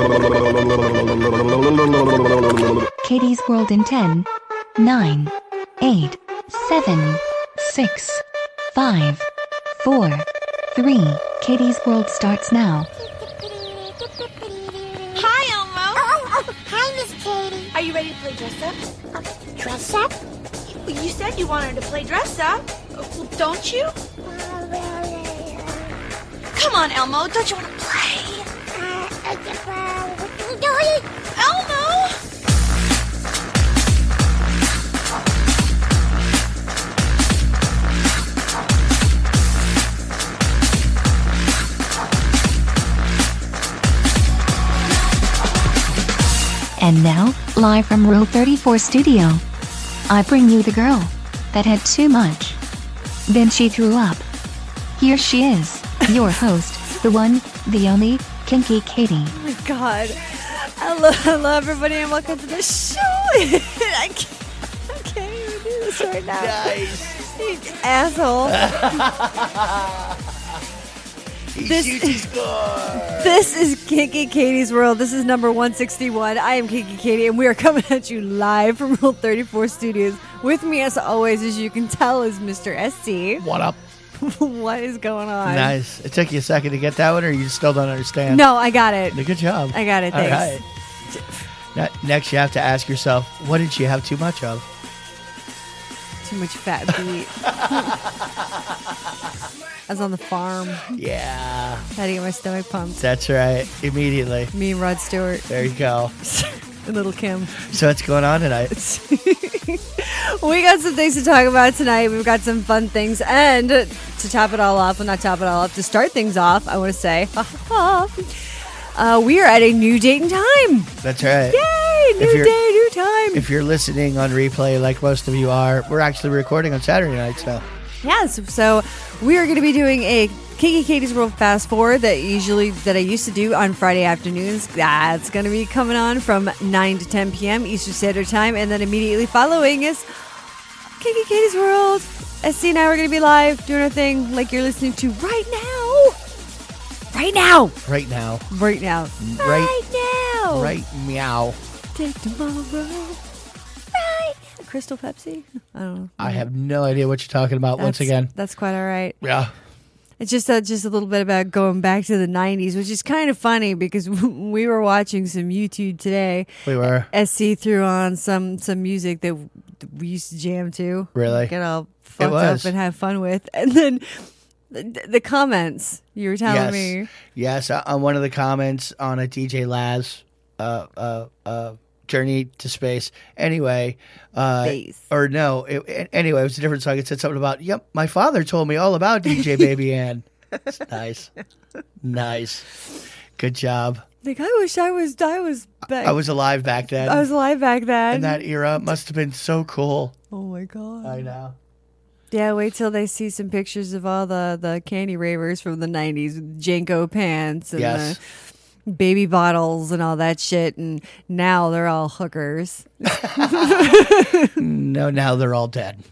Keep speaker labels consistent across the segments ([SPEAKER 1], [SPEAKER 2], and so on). [SPEAKER 1] Ah.
[SPEAKER 2] Katie's World in 10, 9, 8, 7, 6, 5, 4, 3. Katie's World starts now.
[SPEAKER 3] Hi, Elmo.
[SPEAKER 4] Oh, oh, hi, Miss Katie.
[SPEAKER 3] Are you ready to play dress up?
[SPEAKER 4] Um, dress up?
[SPEAKER 3] Well, you said you wanted to play dress up. Uh, Well, don't you?
[SPEAKER 4] Uh, well,
[SPEAKER 3] Come on, Elmo. Don't you want to play?
[SPEAKER 4] uh, uh, uh, well, what are you doing?
[SPEAKER 3] Elmo!
[SPEAKER 2] And now, live from Rule 34 Studio, I bring you the girl that had too much. Then she threw up. Here she is, your host, the one, the only, Kinky Katie.
[SPEAKER 5] Oh my god. Hello, hello everybody, and welcome to the show. I can't, I can't even do this right now. Nice. Asshole. this, this is Kinky Katie's World. This is number 161. I am Kinky Katie, and we are coming at you live from Rule 34 Studios. With me, as always, as you can tell, is Mr. SC.
[SPEAKER 1] What up?
[SPEAKER 5] what is going on?
[SPEAKER 1] Nice. It took you a second to get that one, or you still don't understand?
[SPEAKER 5] No, I got it.
[SPEAKER 1] Good job.
[SPEAKER 5] I got it,
[SPEAKER 1] All
[SPEAKER 5] thanks.
[SPEAKER 1] right. Ne- Next, you have to ask yourself, what did she have too much of?
[SPEAKER 5] Too much fat beef. I was on the farm.
[SPEAKER 1] Yeah,
[SPEAKER 5] Had to get my stomach pumped.
[SPEAKER 1] that's right. Immediately.
[SPEAKER 5] Me and Rod Stewart
[SPEAKER 1] There you go.
[SPEAKER 5] and Little Kim.
[SPEAKER 1] So what's going on tonight?
[SPEAKER 5] We got some things to talk about tonight. We've got some fun things. And to top it all off, well, not top it all off, to start things off, I want to say, uh, we are at a new date and time.
[SPEAKER 1] That's right.
[SPEAKER 5] Yay!
[SPEAKER 1] If
[SPEAKER 5] New
[SPEAKER 1] you're-
[SPEAKER 5] day, new time.
[SPEAKER 1] If you're listening on replay, like most of you are, we're actually recording on Saturday night, so
[SPEAKER 5] Yes, so we are going to be doing a Kiki Katie's World Fast Forward that usually that I used to do on Friday afternoons. That's going to be coming on from nine to ten p.m. Eastern Standard Time, and then immediately following is Kiki Katie's World. SC and I are going to be live doing our thing, like you're listening to right now, right now,
[SPEAKER 1] right now,
[SPEAKER 5] right now,
[SPEAKER 1] Right-
[SPEAKER 5] right now,
[SPEAKER 1] right meow.
[SPEAKER 5] Take tomorrow, right? Crystal Pepsi. I don't know.
[SPEAKER 1] I have no idea what you're talking about. Once
[SPEAKER 5] That's-
[SPEAKER 1] again,
[SPEAKER 5] that's quite all right.
[SPEAKER 1] yeah.
[SPEAKER 5] It's just uh, just a little bit about going back to the '90s, which is kind of funny because we were watching some YouTube today.
[SPEAKER 1] We were
[SPEAKER 5] SC threw on some some music that we used to jam to.
[SPEAKER 1] Really?
[SPEAKER 5] get all fucked up
[SPEAKER 1] was.
[SPEAKER 5] and have fun with, and then the, the comments you were telling
[SPEAKER 1] yes,
[SPEAKER 5] me.
[SPEAKER 1] yes. uh, On one of the comments on a DJ Laz, uh, uh, uh, journey to space. Anyway, uh,
[SPEAKER 5] Space.
[SPEAKER 1] or no, it, it- anyway, it was a different song. It said something about, "Yep, my father told me all about DJ Baby Ann." It's nice, nice, good job.
[SPEAKER 5] Like I wish I was I was back.
[SPEAKER 1] I was alive back then.
[SPEAKER 5] I was alive back then.
[SPEAKER 1] in that era. Must have been so cool.
[SPEAKER 5] oh my god!
[SPEAKER 1] I know.
[SPEAKER 5] Yeah, wait till they see some pictures of all the the candy ravers from the '90s, with Janko pants and
[SPEAKER 1] Yes.
[SPEAKER 5] the baby bottles and all that shit, and now they're all hookers.
[SPEAKER 1] No, now they're all dead.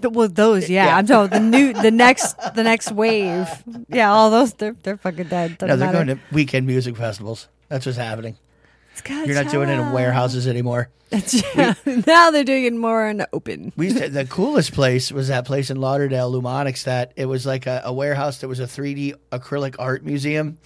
[SPEAKER 5] Th- Well, those, yeah, I'm talking about the new, the next, the next wave. Yeah, all those, they're they're fucking dead.
[SPEAKER 1] No, they're going to weekend music festivals. That's what's happening. You're not doing it
[SPEAKER 5] uh,
[SPEAKER 1] in warehouses anymore.
[SPEAKER 5] now they're doing it more in the open.
[SPEAKER 1] We used to, the coolest place was that place in Lauderdale, Lumonics. That it was like a, a warehouse that was a 3D acrylic art museum,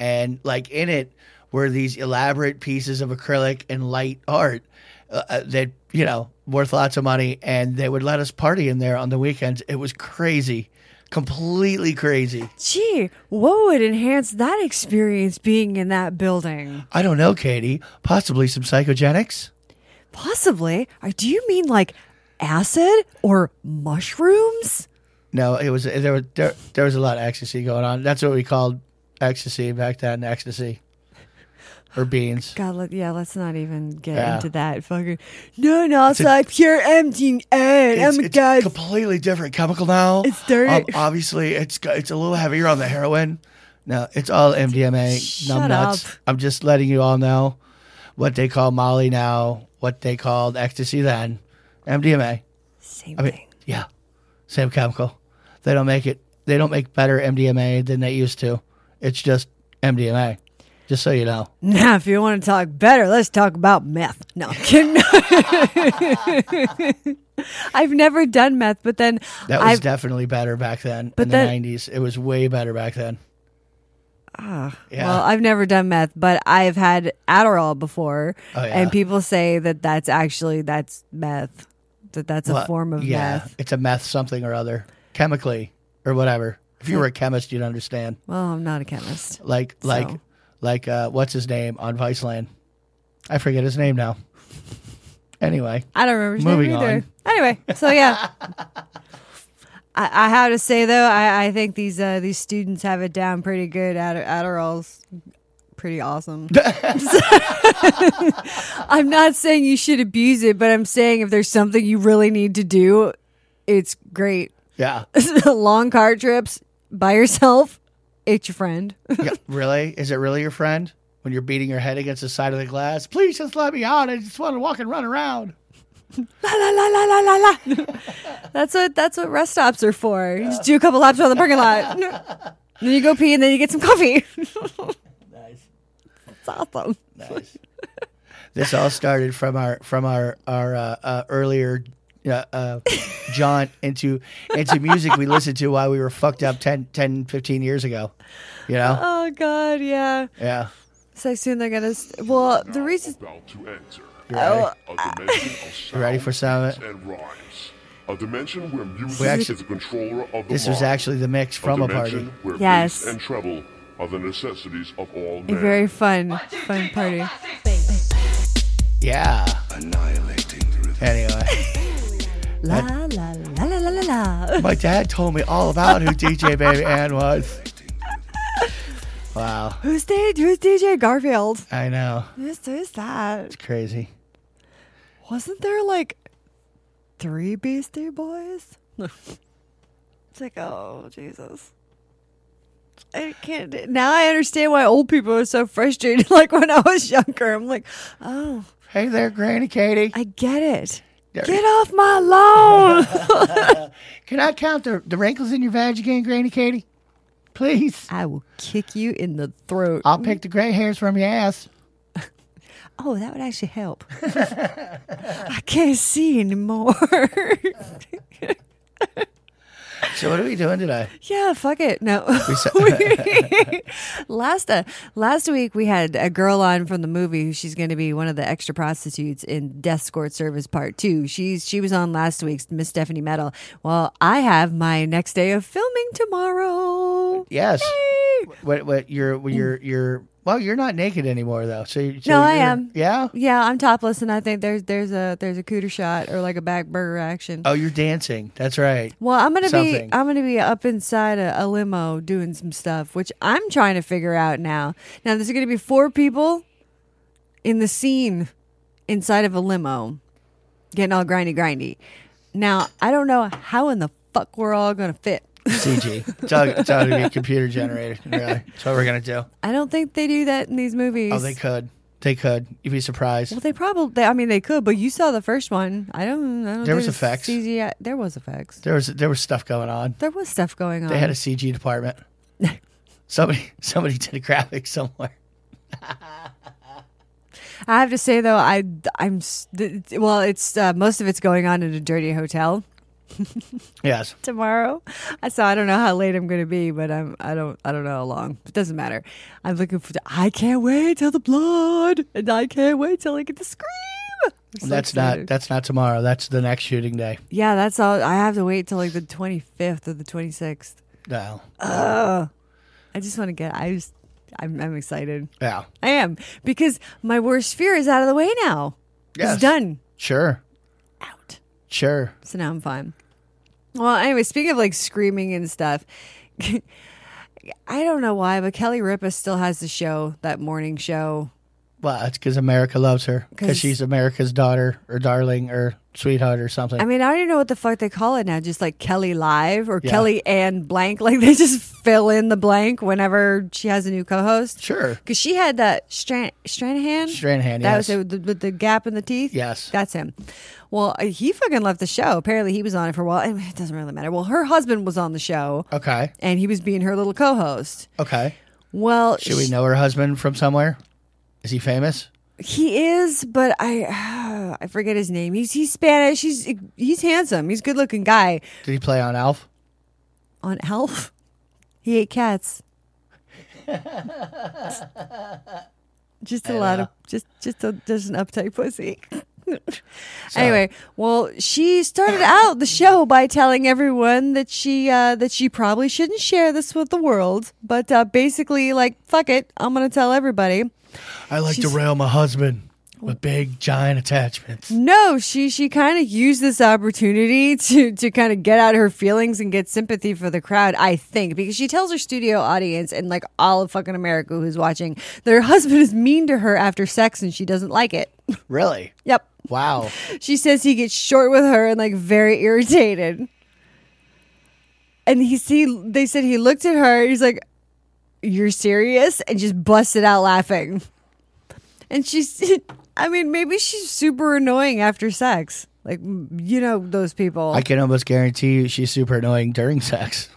[SPEAKER 1] and like in it were these elaborate pieces of acrylic and light art uh, uh, that you know worth lots of money, and they would let us party in there on the weekends. It was crazy, completely crazy.
[SPEAKER 5] Gee, what would enhance that experience being in that building?
[SPEAKER 1] I don't know, Katie. Possibly some psychogenics.
[SPEAKER 5] Possibly. Or do uh, you mean like acid or mushrooms?
[SPEAKER 1] No, it was there was there, there was a lot of ecstasy going on. That's what we called ecstasy back then, ecstasy. Or beans.
[SPEAKER 5] God, let, yeah, let's not even get
[SPEAKER 1] Yeah.
[SPEAKER 5] into that. Fucking no, no, it's, like pure empty air. Oh
[SPEAKER 1] It's,
[SPEAKER 5] my
[SPEAKER 1] it's
[SPEAKER 5] god,
[SPEAKER 1] completely different chemical now.
[SPEAKER 5] It's dirty.
[SPEAKER 1] Um, obviously, it's go- it's a little heavier on the heroin. No, it's all MDMA.
[SPEAKER 5] Shut
[SPEAKER 1] numb nuts.
[SPEAKER 5] up.
[SPEAKER 1] I'm just letting you all know what they call Molly now, what they called ecstasy then, MDMA.
[SPEAKER 5] same
[SPEAKER 1] I mean,
[SPEAKER 5] thing.
[SPEAKER 1] yeah, same chemical. They don't make it. They don't make better MDMA than they used to. It's just MDMA. Just so you know.
[SPEAKER 5] Now, if you want to talk better, let's talk about meth. No, I'm kidding. I've never done meth, but then
[SPEAKER 1] That was
[SPEAKER 5] I've,
[SPEAKER 1] definitely better back then
[SPEAKER 5] But
[SPEAKER 1] in
[SPEAKER 5] that-
[SPEAKER 1] the 90s. It was way better back then. yeah.
[SPEAKER 5] Ah, Well, I've never done meth, but I've had Adderall before,
[SPEAKER 1] Oh, yeah.
[SPEAKER 5] and people say that that's actually that's meth, that that's
[SPEAKER 1] Well,
[SPEAKER 5] a form of
[SPEAKER 1] yeah,
[SPEAKER 5] meth.
[SPEAKER 1] It's a meth something or other, chemically or whatever. If you were a chemist, you'd understand.
[SPEAKER 5] Well, I'm not a chemist.
[SPEAKER 1] Like like
[SPEAKER 5] So.
[SPEAKER 1] like uh, what's his name on Viceland? I forget his name now. Anyway,
[SPEAKER 5] I don't remember his
[SPEAKER 1] Moving
[SPEAKER 5] name either.
[SPEAKER 1] on.
[SPEAKER 5] Anyway, so yeah. I, I have to say though, I, I think these uh, these students have it down pretty good. Adder- Adderall's pretty awesome. I'm not saying you should abuse it, but I'm saying if there's something you really need to do, it's great.
[SPEAKER 1] yeah,
[SPEAKER 5] Long car trips by yourself, it's your friend.
[SPEAKER 1] yeah. Really? Is it really your friend when you're beating your head against the side of the glass? Please just let me out. I just want to walk and run around.
[SPEAKER 5] la la la la la la la. that's what that's what rest stops are for. You just do a couple laps around the parking lot. then you go pee and then you get some coffee.
[SPEAKER 1] Nice,
[SPEAKER 5] It's awesome.
[SPEAKER 1] nice. this all started from our from our our uh, uh, earlier. Uh, uh, jaunt into into music we listened to while we were fucked up 10, 10 15 years ago you know
[SPEAKER 5] Oh god, yeah.
[SPEAKER 1] Yeah.
[SPEAKER 5] So soon they're gonna. St- well, the reason.
[SPEAKER 6] about to enter.
[SPEAKER 1] You ready?
[SPEAKER 6] A dimension of sound
[SPEAKER 1] ready for some of it?
[SPEAKER 6] and rhymes. A dimension where music
[SPEAKER 1] We actually-
[SPEAKER 6] is the controller of the
[SPEAKER 1] This was
[SPEAKER 6] mind.
[SPEAKER 1] actually the mix from a party.
[SPEAKER 6] dimension Where
[SPEAKER 5] Yes.
[SPEAKER 6] bass and treble are the necessities of all
[SPEAKER 5] A
[SPEAKER 6] men.
[SPEAKER 5] very fun, fun party.
[SPEAKER 1] Yeah.
[SPEAKER 6] Annihilating the rhythm.
[SPEAKER 1] Anyway,
[SPEAKER 5] La la la la la la la.
[SPEAKER 1] my dad told me all about who DJ Baby Ann was. Wow.
[SPEAKER 5] Who's DJ? Who's DJ Garfield?
[SPEAKER 1] I know.
[SPEAKER 5] Who's, who's that?
[SPEAKER 1] It's crazy.
[SPEAKER 5] Wasn't there like three Beastie Boys? it's like, oh Jesus. I can't. Now I understand why old people are so frustrated. Like when I was younger, I'm like, oh,
[SPEAKER 1] Hey there, Granny Katie.
[SPEAKER 5] I get it.
[SPEAKER 1] There-
[SPEAKER 5] Get off my lawn.
[SPEAKER 1] Can I count the, the wrinkles in your vag again, Granny Katie? Please.
[SPEAKER 5] I will kick you in the throat.
[SPEAKER 1] I'll pick the gray hairs from your ass.
[SPEAKER 5] oh, that would actually help. I can't see anymore.
[SPEAKER 1] So what are we doing today?
[SPEAKER 5] yeah, fuck it. No.
[SPEAKER 1] said-
[SPEAKER 5] We- last uh, last week we had a girl on from the movie who she's going to be one of the extra prostitutes in Death Escort Service Part 2. She's she was on last week's Miss Stephanie Metal. Well, I have my next day of filming tomorrow.
[SPEAKER 1] Yes.
[SPEAKER 5] Yay!
[SPEAKER 1] What what you're you're you're well, you're not naked anymore though. So, you- so
[SPEAKER 5] No, I
[SPEAKER 1] you're-
[SPEAKER 5] am.
[SPEAKER 1] Yeah?
[SPEAKER 5] Yeah, I'm topless and I think there's there's a there's a cooter shot or like a back burger action.
[SPEAKER 1] Oh, you're dancing. That's right.
[SPEAKER 5] Well, I'm gonna
[SPEAKER 1] something.
[SPEAKER 5] be I'm gonna be up inside a, a limo doing some stuff, which I'm trying to figure out now. Now there's gonna be four people in the scene inside of a limo, getting all grindy grindy. Now I don't know how in the fuck we're all gonna fit.
[SPEAKER 1] CG. It's all, it's all gonna be computer generated. Really, that's what we're gonna do.
[SPEAKER 5] I don't think they do that in these movies.
[SPEAKER 1] Oh, they could. They could. You'd be
[SPEAKER 5] well,
[SPEAKER 1] surprised.
[SPEAKER 5] they probably. I mean, they could, but you saw the first one. I don't. I don't think
[SPEAKER 1] There was
[SPEAKER 5] it's
[SPEAKER 1] effects.
[SPEAKER 5] CGI. There was effects.
[SPEAKER 1] There was there was stuff going on.
[SPEAKER 5] There was stuff going on.
[SPEAKER 1] They had a CG department. Somebody somebody did a graphic somewhere.
[SPEAKER 5] I have to say though, I I'm s- th- well, it's uh, most of it's going on at a dirty hotel
[SPEAKER 1] Yes.
[SPEAKER 5] tomorrow. I So I don't know how late I'm going to be, but I'm I don't I don't know how long. It doesn't matter. I'm looking for. I can't wait till the blood, and I can't wait till I get to scream. I'm so
[SPEAKER 1] that's
[SPEAKER 5] excited.
[SPEAKER 1] not that's not tomorrow. That's the next shooting day.
[SPEAKER 5] yeah, that's all. I have to wait till like the 25th or the 26th.
[SPEAKER 1] No.
[SPEAKER 5] I just want to get. I just I'm I'm excited.
[SPEAKER 1] Yeah.
[SPEAKER 5] I am because my worst fear is out of the way now.
[SPEAKER 1] Yes.
[SPEAKER 5] It's done.
[SPEAKER 1] Sure.
[SPEAKER 5] Out.
[SPEAKER 1] Sure.
[SPEAKER 5] So now I'm fine. Well, anyway, speaking of like screaming and stuff, I don't know why, but Kelly Ripa still has the show, that morning show.
[SPEAKER 1] Well, that's because America loves her.
[SPEAKER 5] 'Cause-
[SPEAKER 1] Because she's America's daughter or darling or sweetheart or something.
[SPEAKER 5] I mean, I don't even know what the fuck they call it now. Just like Kelly Live or
[SPEAKER 1] Yeah.
[SPEAKER 5] Kelly and blank. Like they just fill in the blank whenever she has a new co host.
[SPEAKER 1] sure.
[SPEAKER 5] Because she had that Stran- Stranahan.
[SPEAKER 1] Stranahan,
[SPEAKER 5] That
[SPEAKER 1] yes.
[SPEAKER 5] was it, with the, with the gap in the teeth.
[SPEAKER 1] Yes.
[SPEAKER 5] That's him. Well, uh, he fucking left the show. Apparently, he was on it for a while. Anyway, it doesn't really matter. Well, her husband was on the show,
[SPEAKER 1] Okay.
[SPEAKER 5] and he was being her little co-host.
[SPEAKER 1] Okay.
[SPEAKER 5] Well,
[SPEAKER 1] Should we know her husband from somewhere? Is he famous?
[SPEAKER 5] he is, but I I forget his name. He's he's Spanish. He's he's handsome. He's a good looking guy.
[SPEAKER 1] Did he play on Alf?
[SPEAKER 5] On Elf, he ate cats. just a lot of just just a, just an uptight pussy.
[SPEAKER 1] Oh.
[SPEAKER 5] Anyway, well, she started out the show by telling everyone that she uh, that she probably shouldn't share this with the world, but uh, basically, like, fuck it, I'm gonna tell everybody.
[SPEAKER 1] I like to rail my husband with big, giant attachments.
[SPEAKER 5] No, she she kind of used this opportunity to to kind of get out her feelings and get sympathy for the crowd, I think, because she tells her studio audience and like all of fucking America who's watching that her husband is mean to her after sex and she doesn't like it.
[SPEAKER 1] Really?
[SPEAKER 5] Yep.
[SPEAKER 1] Wow.
[SPEAKER 5] She says he gets short with her and like very irritated. And he see they said he looked at her, he's like, You're serious? And just busted out laughing. And she's I mean, maybe she's super annoying after sex. Like you know those people.
[SPEAKER 1] I can almost guarantee you she's super annoying during sex.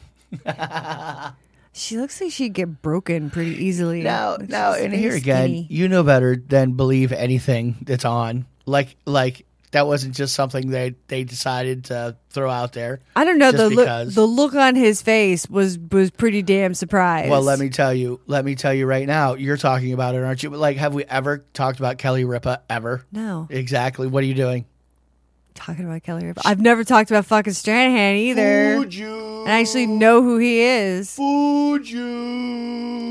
[SPEAKER 5] she looks like she'd get broken pretty easily.
[SPEAKER 1] Now,
[SPEAKER 5] Like,
[SPEAKER 1] now,
[SPEAKER 5] she's
[SPEAKER 1] and
[SPEAKER 5] very
[SPEAKER 1] here again,
[SPEAKER 5] skinny.
[SPEAKER 1] you know better than believe anything that's on. Like, like that wasn't just something they they decided to throw out there.
[SPEAKER 5] I don't know
[SPEAKER 1] just
[SPEAKER 5] the look.
[SPEAKER 1] because.
[SPEAKER 5] The look on his face was was pretty damn surprised.
[SPEAKER 1] Well, let me tell you, let me tell you right now. You're talking about it, aren't you? But like, have we ever talked about Kelly Ripa ever?
[SPEAKER 5] No.
[SPEAKER 1] Exactly. What are you doing?
[SPEAKER 5] talking about Kelly Ripa. I've never talked about fucking Stranahan either. And I actually know who he is.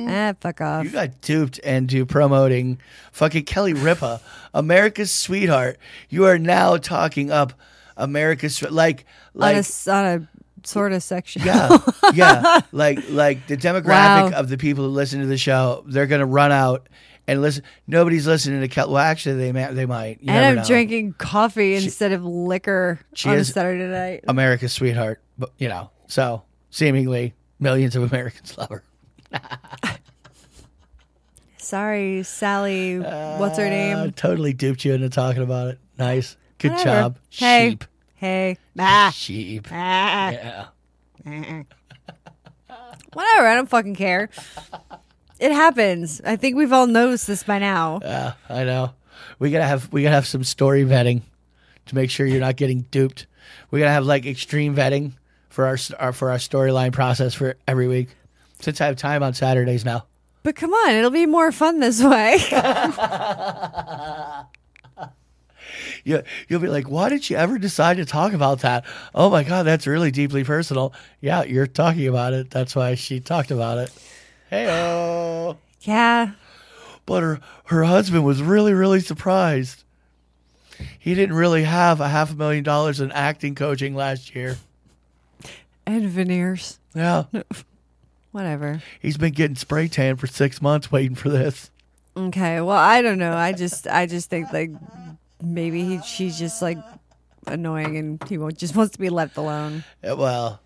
[SPEAKER 5] Ah, fuck off.
[SPEAKER 1] You got duped into promoting fucking Kelly Ripa, America's sweetheart. You are now talking up America's swe- like
[SPEAKER 5] on,
[SPEAKER 1] like
[SPEAKER 5] a, s- on a sort of section.
[SPEAKER 1] yeah yeah like like the demographic
[SPEAKER 5] Wow.
[SPEAKER 1] of the people who listen to the show. They're gonna run out and listen. Nobody's listening to Kelly. Well, actually, they may, they might.
[SPEAKER 5] and
[SPEAKER 1] You never
[SPEAKER 5] I'm
[SPEAKER 1] know.
[SPEAKER 5] drinking coffee instead of liquor
[SPEAKER 1] uh, she
[SPEAKER 5] on a
[SPEAKER 1] is-
[SPEAKER 5] Saturday night.
[SPEAKER 1] America's sweetheart, but you know, so seemingly millions of Americans love her.
[SPEAKER 5] Sorry, Sally. what's her
[SPEAKER 1] Uh,
[SPEAKER 5] name?
[SPEAKER 1] totally duped you into talking about it. Nice, good
[SPEAKER 5] Whatever.
[SPEAKER 1] job,
[SPEAKER 5] Hey.
[SPEAKER 1] sheep,
[SPEAKER 5] Hey. Ah.
[SPEAKER 1] sheep.
[SPEAKER 5] ah.
[SPEAKER 1] Yeah.
[SPEAKER 5] Whatever. I don't fucking care. It happens. I think we've all noticed this by now.
[SPEAKER 1] Yeah, I know. We gotta have we gotta have some story vetting to make sure you're not getting duped. We gotta have like extreme vetting for our, s- our for our storyline process for every week. Since I have time on Saturdays now,
[SPEAKER 5] But come on, it'll be more fun this way.
[SPEAKER 1] you you'll be like, why did you ever decide to talk about that? Oh my god, that's really deeply personal. Yeah, you're talking about it. That's why she talked about it. Hey,
[SPEAKER 5] yeah.
[SPEAKER 1] but her her husband was really really surprised. He didn't really have a half a million dollars in acting coaching last year.
[SPEAKER 5] And veneers.
[SPEAKER 1] Yeah.
[SPEAKER 5] Whatever.
[SPEAKER 1] He's been getting spray tan for six months waiting for this.
[SPEAKER 5] Okay. Well, I don't know. I just, I just think like maybe he, she's just like annoying, and he won't, just wants to be left alone.
[SPEAKER 1] Uh, Well,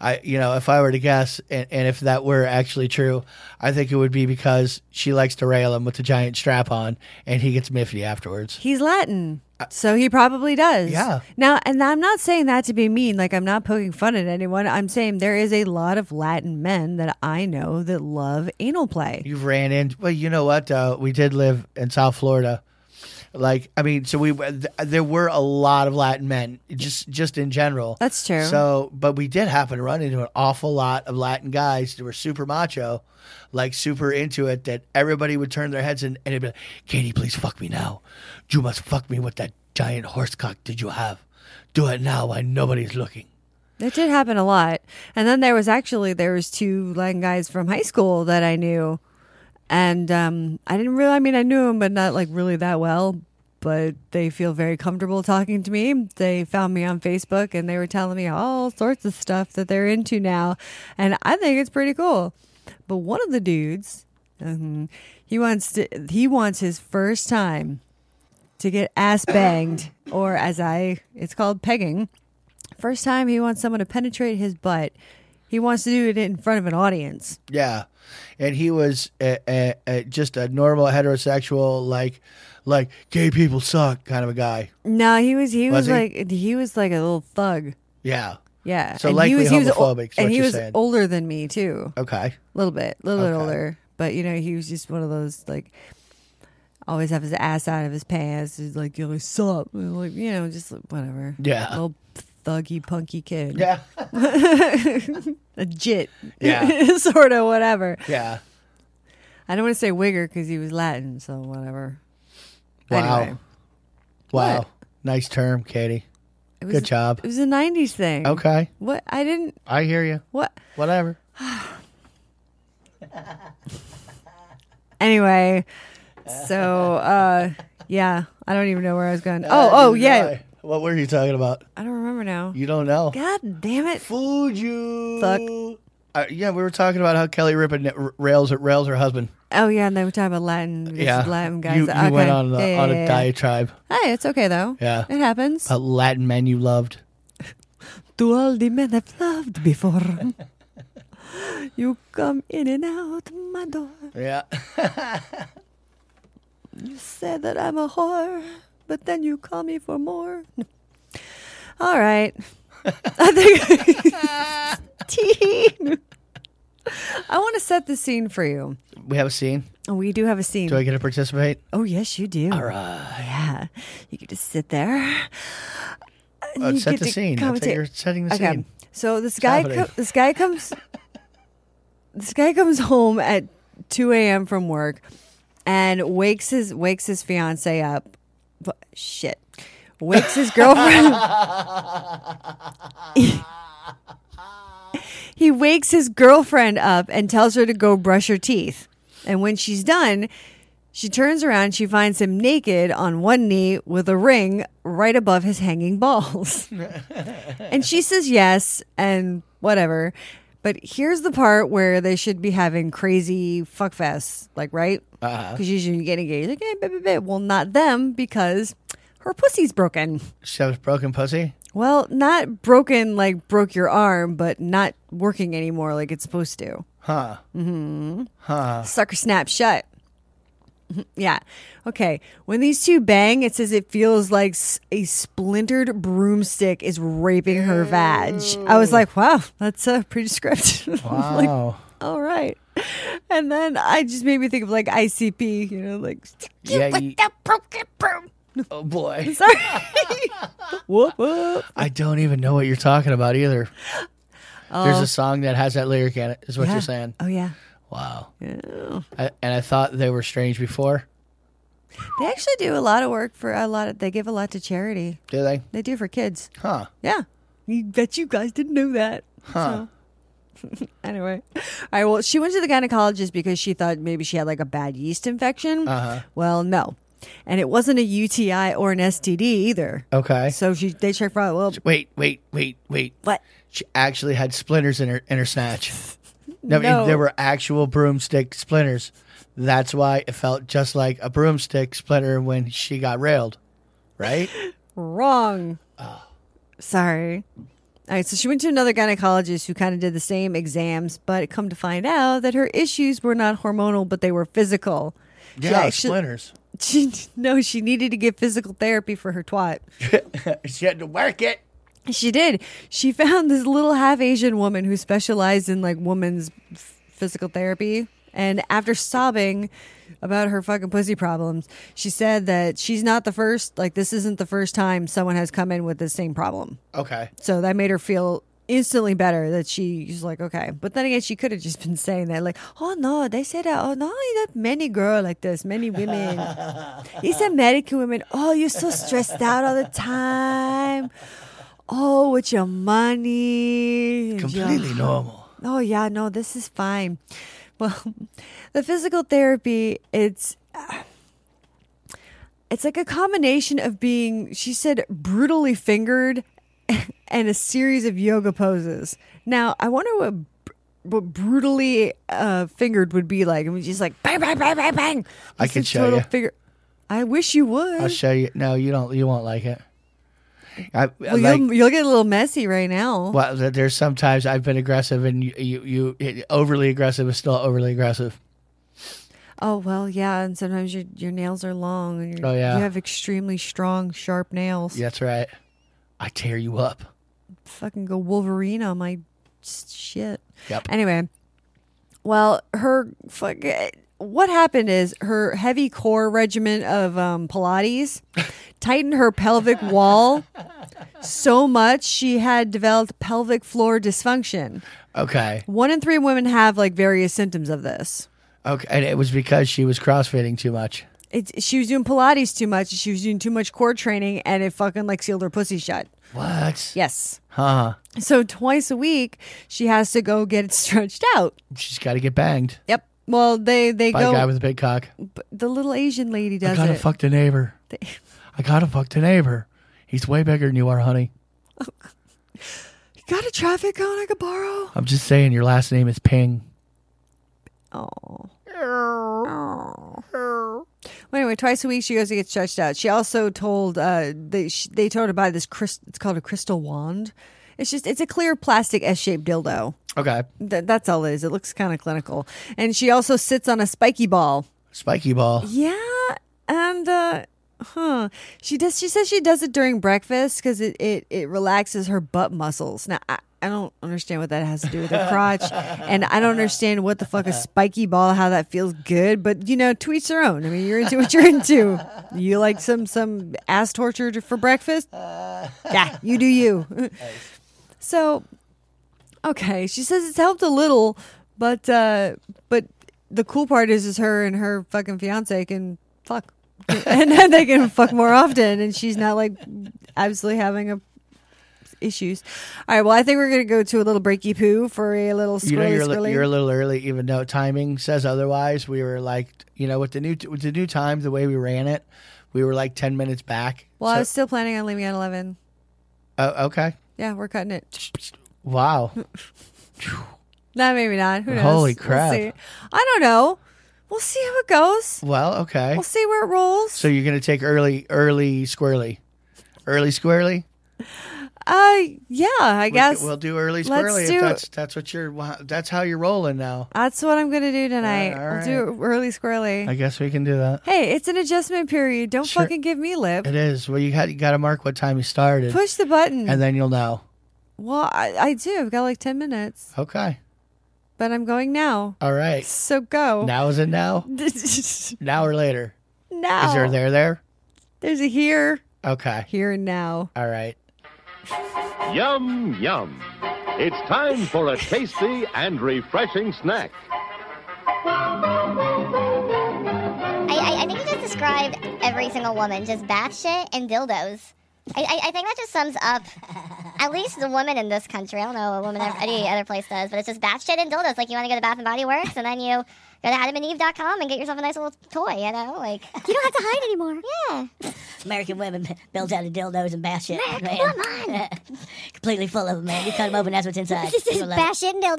[SPEAKER 1] I you know if I were to guess, and, and if that were actually true, I think it would be because she likes to rail him with the giant strap on, and he gets miffy afterwards.
[SPEAKER 5] He's Latin, so he probably does.
[SPEAKER 1] Yeah.
[SPEAKER 5] Now, and I'm not saying that to be mean. Like I'm not poking fun at anyone. I'm saying there is a lot of Latin men that I know that love anal play.
[SPEAKER 1] You've ran in. Well, you know what? Uh, we did live in South Florida. Like I mean, so we uh, th- there were a lot of Latin men just just in general.
[SPEAKER 5] That's true.
[SPEAKER 1] So, but we did happen to run into an awful lot of Latin guys that were super macho, like super into it. That everybody would turn their heads and, and it'd be like, "Katie, please fuck me now. You must fuck me with that giant horse cock. Did you have? Do it now while nobody's looking."
[SPEAKER 5] That did happen a lot. And then there was actually there was two Latin guys from high school that I knew, and um, I didn't really. I mean, I knew them, but not like really that well. but they feel very comfortable talking to me. They found me on Facebook and they were telling me all sorts of stuff that they're into now. And I think it's pretty cool. But one of the dudes, mhm, he wants to, he wants his first time to get ass banged, or as I, it's called pegging. First time he wants someone to penetrate his butt. He wants to do it in front of an audience.
[SPEAKER 1] Yeah, and he was a, a, a, just a normal heterosexual, like like gay people suck kind of a guy.
[SPEAKER 5] No, he was he was,
[SPEAKER 1] Was he?
[SPEAKER 5] like he was like a little thug.
[SPEAKER 1] Yeah.
[SPEAKER 5] Yeah.
[SPEAKER 1] So
[SPEAKER 5] and
[SPEAKER 1] likely
[SPEAKER 5] he was, he was o-
[SPEAKER 1] homophobic, is
[SPEAKER 5] and
[SPEAKER 1] what
[SPEAKER 5] he
[SPEAKER 1] you're
[SPEAKER 5] was
[SPEAKER 1] saying.
[SPEAKER 5] older than me too,
[SPEAKER 1] Okay.
[SPEAKER 5] a little bit, a little bit
[SPEAKER 1] Okay.
[SPEAKER 5] older. But you know, he was just one of those like always have his ass out of his pants. He's like, "Yo, what's up?" And, Like you know, just like, whatever.
[SPEAKER 1] Yeah.
[SPEAKER 5] little thuggy punky kid.
[SPEAKER 1] Yeah.
[SPEAKER 5] a jit.
[SPEAKER 1] Yeah.
[SPEAKER 5] sort of whatever.
[SPEAKER 1] Yeah.
[SPEAKER 5] I don't want to say wigger because he was Latin, so whatever.
[SPEAKER 1] Wow.
[SPEAKER 5] Anyway,
[SPEAKER 1] Wow.
[SPEAKER 5] What?
[SPEAKER 1] Nice term, Katie.
[SPEAKER 5] it was,
[SPEAKER 1] Good job.
[SPEAKER 5] It was a '90s thing.
[SPEAKER 1] Okay.
[SPEAKER 5] What I didn't.
[SPEAKER 1] I hear you.
[SPEAKER 5] What
[SPEAKER 1] Whatever.
[SPEAKER 5] anyway, so uh yeah, I don't even know where I was going. Oh, oh yeah,
[SPEAKER 1] What were you talking about?
[SPEAKER 5] I don't remember now.
[SPEAKER 1] You don't know.
[SPEAKER 5] God damn it!
[SPEAKER 1] Fooled you.
[SPEAKER 5] Fuck.
[SPEAKER 1] Uh, yeah, we were talking about how Kelly Ripa r- rails rails her husband.
[SPEAKER 5] Oh yeah, and they were talking about Latin. this
[SPEAKER 1] yeah,
[SPEAKER 5] Latin guys.
[SPEAKER 1] You, you
[SPEAKER 5] Okay.
[SPEAKER 1] went on a,
[SPEAKER 5] Yeah,
[SPEAKER 1] on
[SPEAKER 5] yeah,
[SPEAKER 1] a
[SPEAKER 5] yeah.
[SPEAKER 1] diatribe
[SPEAKER 5] Hey, it's okay though.
[SPEAKER 1] Yeah. Uh,
[SPEAKER 5] it happens.
[SPEAKER 1] about Latin men you loved.
[SPEAKER 5] to all the men I've loved before, you come in and out my door.
[SPEAKER 1] Yeah.
[SPEAKER 5] Say that I'm a whore, but then you call me for more. All right. I think. I want to set the scene for you. Oh,
[SPEAKER 1] we have a scene.
[SPEAKER 5] We do have a scene.
[SPEAKER 1] Do I get to participate?
[SPEAKER 5] oh, yes, you do. All
[SPEAKER 1] right.
[SPEAKER 5] Yeah. You could just sit there. and
[SPEAKER 1] Uh,
[SPEAKER 5] you
[SPEAKER 1] set
[SPEAKER 5] get
[SPEAKER 1] the
[SPEAKER 5] to
[SPEAKER 1] scene. That's how
[SPEAKER 5] commentate.
[SPEAKER 1] you're setting the
[SPEAKER 5] Okay.
[SPEAKER 1] scene.
[SPEAKER 5] So this guy,
[SPEAKER 1] happening.
[SPEAKER 5] co- this guy comes, this guy comes home at 2 a.m. from work, and wakes his wakes his fiance up. But, shit, wakes his girlfriend. he wakes his girlfriend up and tells her to go brush her teeth. And when she's done, she turns around. She finds him naked on one knee with a ring right above his hanging balls. And she says yes and whatever. But here's the part where they should be having crazy fuck fests, like right? Because usually you get engaged, like, eh, blah, blah, blah. well, not them because her pussy's broken.
[SPEAKER 1] She has broken pussy.
[SPEAKER 5] Well, not broken like broke your arm, but not working anymore like it's supposed to.
[SPEAKER 1] Huh.
[SPEAKER 5] Sucker snap shut. yeah. Okay. When these two bang, it says it feels like s- a splintered broomstick is raping her vag. I was like, wow, that's uh, pretty script.
[SPEAKER 1] Wow.
[SPEAKER 5] like, all right. And then I just made me think of like ICP, you know, like,
[SPEAKER 1] yeah.
[SPEAKER 4] With
[SPEAKER 1] you-
[SPEAKER 4] the broken broom.
[SPEAKER 1] oh boy.
[SPEAKER 5] sorry. whoop, whoop.
[SPEAKER 1] I don't even know what you're talking about either. There's a song that has that lyric in it. Is what
[SPEAKER 5] Oh. Yeah.
[SPEAKER 1] you're saying?
[SPEAKER 5] Oh, yeah.
[SPEAKER 1] Wow. I, and I thought they were strange before.
[SPEAKER 5] They actually do a lot of work for a lot of, they give a lot to charity.
[SPEAKER 1] Do they?
[SPEAKER 5] They do for kids.
[SPEAKER 1] Huh.
[SPEAKER 5] Yeah. You bet you guys didn't know that.
[SPEAKER 1] Huh.
[SPEAKER 5] So- anyway. All right. Well, she went to the gynecologist because she thought maybe she had like a bad yeast infection.
[SPEAKER 1] Uh-huh.
[SPEAKER 5] Well, no. And it wasn't a UTI or an STD either.
[SPEAKER 1] Okay.
[SPEAKER 5] So she they checked for out, well,
[SPEAKER 1] Wait, wait, wait, wait.
[SPEAKER 5] what?
[SPEAKER 1] She actually had splinters in her in her snatch. No,
[SPEAKER 5] No.
[SPEAKER 1] there were actual broomstick splinters. That's why it felt just like a broomstick splinter when she got railed, right?
[SPEAKER 5] Wrong.
[SPEAKER 1] Ah.
[SPEAKER 5] Sorry. All right, so she went to another gynecologist who kind of did the same exams, but come to find out that her issues were not hormonal, but they were physical. She actu-
[SPEAKER 1] splinters.
[SPEAKER 5] She, no, she needed to get physical therapy for her twat.
[SPEAKER 1] She had to work it.
[SPEAKER 5] She did. She found this little half Asian woman who specialized in like women's f- physical therapy. And after sobbing about her fucking pussy problems, she said that she's not the first, like, this isn't the first time someone has come in with the same problem.
[SPEAKER 1] Okay.
[SPEAKER 5] So that made her feel instantly better that she- she's like, okay. But then again, she could have just been saying that, like, oh no, they said that, oh no, that many girl like this, many women. These American women, oh, you're so stressed out all the time. Oh, with your money. and your-
[SPEAKER 1] Completely normal.
[SPEAKER 5] Oh yeah, no, this is fine. Well, the physical therapy, it's uh, It's like a combination of being, she said, brutally fingered and a series of yoga poses. Now, I wonder what, br- what brutally uh, fingered would be like. I mean, just like bang, bang, bang, bang, bang.
[SPEAKER 1] I
[SPEAKER 5] Just
[SPEAKER 1] could
[SPEAKER 5] a
[SPEAKER 1] show
[SPEAKER 5] total
[SPEAKER 1] you.
[SPEAKER 5] Finger- I wish you would.
[SPEAKER 1] I'll show you. No, you don't. You won't like it. I,
[SPEAKER 5] well,
[SPEAKER 1] like,
[SPEAKER 5] you'll, you'll get a little messy right now.
[SPEAKER 1] well, th- there's sometimes I've been aggressive, and you, you, you overly aggressive is still overly aggressive.
[SPEAKER 5] Oh well, yeah, and sometimes your your nails are long, and you're,
[SPEAKER 1] Oh, yeah.
[SPEAKER 5] you have extremely strong, sharp nails.
[SPEAKER 1] That's right. I tear you up.
[SPEAKER 5] fucking go Wolverine on my s- shit.
[SPEAKER 1] Yep.
[SPEAKER 5] Anyway, well, her fuck. eh, What happened is her heavy core regimen of um, Pilates tightened her pelvic wall so much she had developed pelvic floor dysfunction.
[SPEAKER 1] Okay.
[SPEAKER 5] One in three women have like various symptoms of this.
[SPEAKER 1] Okay. And it was because she was crossfitting too much.
[SPEAKER 5] It's, she was doing Pilates too much. She was doing too much core training, and it fucking like sealed her pussy shut.
[SPEAKER 1] What?
[SPEAKER 5] Yes.
[SPEAKER 1] Huh.
[SPEAKER 5] So twice a week, she has to go get it stretched out.
[SPEAKER 1] She's got to get banged
[SPEAKER 5] Yep. Well, they they
[SPEAKER 1] by a guy
[SPEAKER 5] go.
[SPEAKER 1] with a big cock.
[SPEAKER 5] but the little Asian lady
[SPEAKER 1] I
[SPEAKER 5] does
[SPEAKER 1] gotta
[SPEAKER 5] it.
[SPEAKER 1] fuck the neighbor. I gotta fuck the neighbor. He's way bigger than you are, honey.
[SPEAKER 5] You got a traffic cone I could borrow?
[SPEAKER 1] I'm just saying your last name is Ping.
[SPEAKER 5] Oh. Well, anyway, twice a week she goes to get stretched out. She also told uh, they she, they told her by this crystal. It's called a crystal wand. It's just it's a clear plastic S shaped dildo.
[SPEAKER 1] Okay.
[SPEAKER 5] Th- that's all it is. It looks kind of clinical. And she also sits on a spiky ball.
[SPEAKER 1] Spiky ball.
[SPEAKER 5] Yeah, and uh, huh? She does. She says she does it during breakfast because it, it it relaxes her butt muscles. Now I, I don't understand what that has to do with her crotch, and I don't understand what the fuck a spiky ball. How that feels good, but you know, to each their own. I mean, you're into what you're into. You like some some ass torture for breakfast? Yeah, you do you. so Okay, she says it's helped a little, but uh but the cool part is is her and her fucking fiance can fuck, and then they can fuck more often, and she's not like absolutely having a issues. All right, well I think we're gonna go to a little breaky poo for a little
[SPEAKER 1] you know
[SPEAKER 5] squirrely
[SPEAKER 1] you're, a li-
[SPEAKER 5] squirrely.
[SPEAKER 1] you're a little early, even though timing says otherwise. We were like, you know, with the new with the new time, the way we ran it, we were like ten minutes back.
[SPEAKER 5] well,
[SPEAKER 1] So-
[SPEAKER 5] I was still planning on leaving at eleven.
[SPEAKER 1] oh, okay.
[SPEAKER 5] Yeah, we're cutting it.
[SPEAKER 1] Wow.
[SPEAKER 5] No, maybe not. Who knows?
[SPEAKER 1] Holy
[SPEAKER 5] We'll
[SPEAKER 1] crap.
[SPEAKER 5] see. I don't know. We'll see how it goes.
[SPEAKER 1] well, okay.
[SPEAKER 5] We'll see where it rolls.
[SPEAKER 1] So you're gonna take early, early squirrely, early squirrely.
[SPEAKER 5] uh, yeah, I guess.
[SPEAKER 1] we'll do early
[SPEAKER 5] Let's
[SPEAKER 1] squirrely.
[SPEAKER 5] do-
[SPEAKER 1] if that's that's what you're. wha- That's how you're rolling now.
[SPEAKER 5] That's what I'm gonna do tonight.
[SPEAKER 1] all
[SPEAKER 5] I'll do it early squirrely.
[SPEAKER 1] I guess we can do that.
[SPEAKER 5] hey, it's an adjustment period. Don't
[SPEAKER 1] Sure.
[SPEAKER 5] fucking give me lip.
[SPEAKER 1] It is. Well, you got you got to mark what time you started,
[SPEAKER 5] Push the button.
[SPEAKER 1] and then you'll know.
[SPEAKER 5] well, I, I do. I've got like ten minutes,
[SPEAKER 1] Okay.
[SPEAKER 5] but I'm going now.
[SPEAKER 1] All right.
[SPEAKER 5] So go.
[SPEAKER 1] Now is it now? Now or later?
[SPEAKER 5] now.
[SPEAKER 1] Is there there there?
[SPEAKER 5] There's a here,
[SPEAKER 1] Okay.
[SPEAKER 5] here and now.
[SPEAKER 1] All right.
[SPEAKER 7] Yum, yum. It's time for a tasty and refreshing snack.
[SPEAKER 8] I, I, I think you just described every single woman, just bath shit and dildos. I, I, I think that just sums up at least the woman in this country. I don't know what woman ev- any other place does, but it's just bath shit and dildos. Like you want to go to Bath and Body Works, and then you go to AdamandEve.com and get yourself a nice little toy. You know, like you don't have to hide anymore. Yeah,
[SPEAKER 9] American women built out of dildos and bath shit. man.
[SPEAKER 8] come on.
[SPEAKER 9] Completely full of them, man. You cut them open, that's what's inside.
[SPEAKER 8] This is
[SPEAKER 9] People love
[SPEAKER 8] bath shit and dildos.